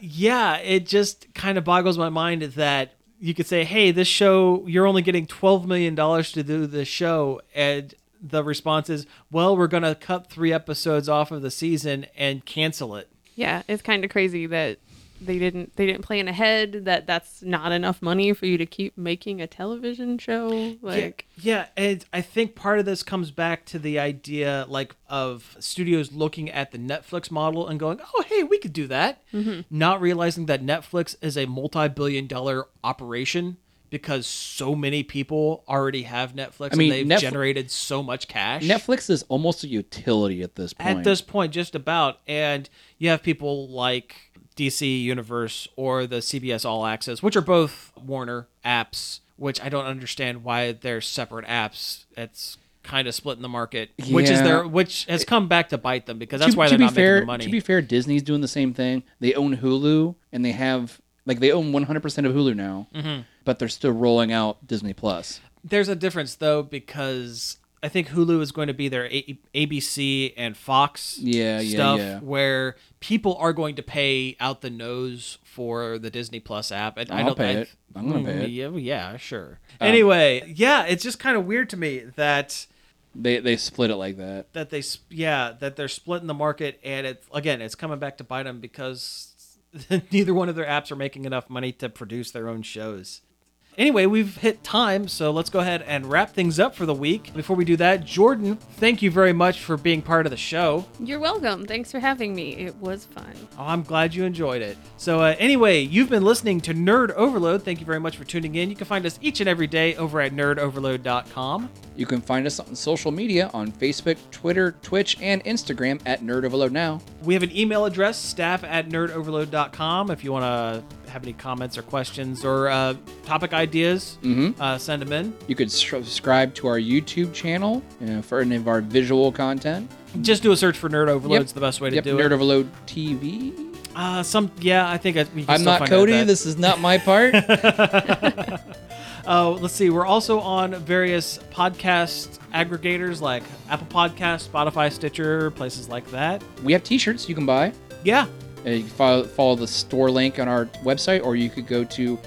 S3: yeah, it just kind of boggles my mind that you could say, "Hey, this show, you're only getting twelve million dollars to do this show," and the response is, "Well, we're going to cut three episodes off of the season and cancel it."
S4: Yeah, it's kind of crazy that they didn't they didn't plan ahead that that's not enough money for you to keep making a television show. Like
S3: yeah, yeah, and I think part of this comes back to the idea like of studios looking at the Netflix model and going, "Oh, hey, we could do that,"
S2: Mm-hmm.
S3: not realizing that Netflix is a multi-billion-dollar operation because so many people already have Netflix and
S2: mean,
S3: they've
S2: Netf-
S3: generated so much cash.
S2: Netflix is almost a utility at this point.
S3: at this point just about and you have people like DC Universe or the CBS All Access which are both Warner apps which I don't understand why they're separate apps it's kind of splitting the market which is
S2: Yeah.
S3: their which has come back to bite them because that's
S2: to,
S3: why
S2: to
S3: they're
S2: be
S3: not
S2: fair,
S3: making the money
S2: To be fair, Disney's doing the same thing. They own Hulu, and they have like they own 100 percent of Hulu now,
S3: Mm-hmm.
S2: but they're still rolling out Disney Plus.
S3: there's a difference though because I think Hulu is going to be their a- ABC and Fox
S2: Yeah, yeah,
S3: stuff
S2: yeah.
S3: where people are going to pay out the nose for the Disney Plus app. And I
S2: I'll
S3: don't,
S2: pay
S3: I- Mm,
S2: it. I'm gonna pay it. Um,
S3: Yeah, well, yeah, sure. anyway, yeah, it's just kind of weird to me that
S2: They they split it like that.
S3: that they s- yeah that they're splitting the market and it again it's coming back to bite them because <laughs> neither one of their apps are making enough money to produce their own shows anyway we've hit time so let's go ahead and wrap things up for the week before we do that jordan thank you very much for being part of the show
S4: you're welcome. Thanks for having me. It was fun.
S3: Oh, I'm glad you enjoyed it. So, uh, anyway, you've been listening to Nerd Overload. Thank you very much for tuning in. You can find us each and every day over at nerdoverload.com.
S2: You can find us on social media on Facebook, Twitter, Twitch, and Instagram at Nerd Overload Now.
S3: We have an email address, staff at nerdoverload.com. If you want to have any comments or questions or uh, topic ideas,
S2: Mm-hmm.
S3: uh, send them in.
S2: You could subscribe to our YouTube channel uh, for any of our visual content.
S3: Just do a search for Nerd Overload. It's the best way to
S2: Yep,
S3: do
S2: Nerd
S3: it.
S2: Overload TV.
S3: Uh, some, yeah, I think I, we can
S2: I'm
S3: still
S2: not
S3: find out
S2: Cody.
S3: that.
S2: This is not my
S3: <laughs>
S2: part.
S3: Uh, let's see. We're also on various podcast aggregators like Apple Podcast, Spotify, Stitcher, places like that.
S2: we have T-shirts you can buy.
S3: Yeah,
S2: Uh, you can follow, follow the store link on our website, or you could go to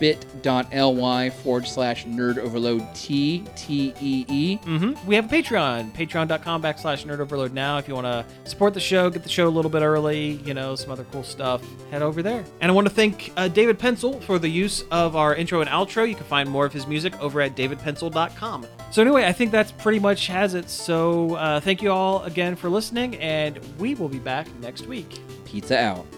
S2: bit.ly forward slash nerd overload T T E E.
S3: we have a Patreon, patreon.com backslash nerd overload now. If you want to support the show, get the show a little bit early, you know, some other cool stuff, head over there. And I want to thank uh, David Pencil for the use of our intro and outro. You can find more of his music over at davidpencil.com. So, anyway, I think that's pretty much has it. So, uh, thank you all again for listening, and we will be back next week.
S2: Pizza out.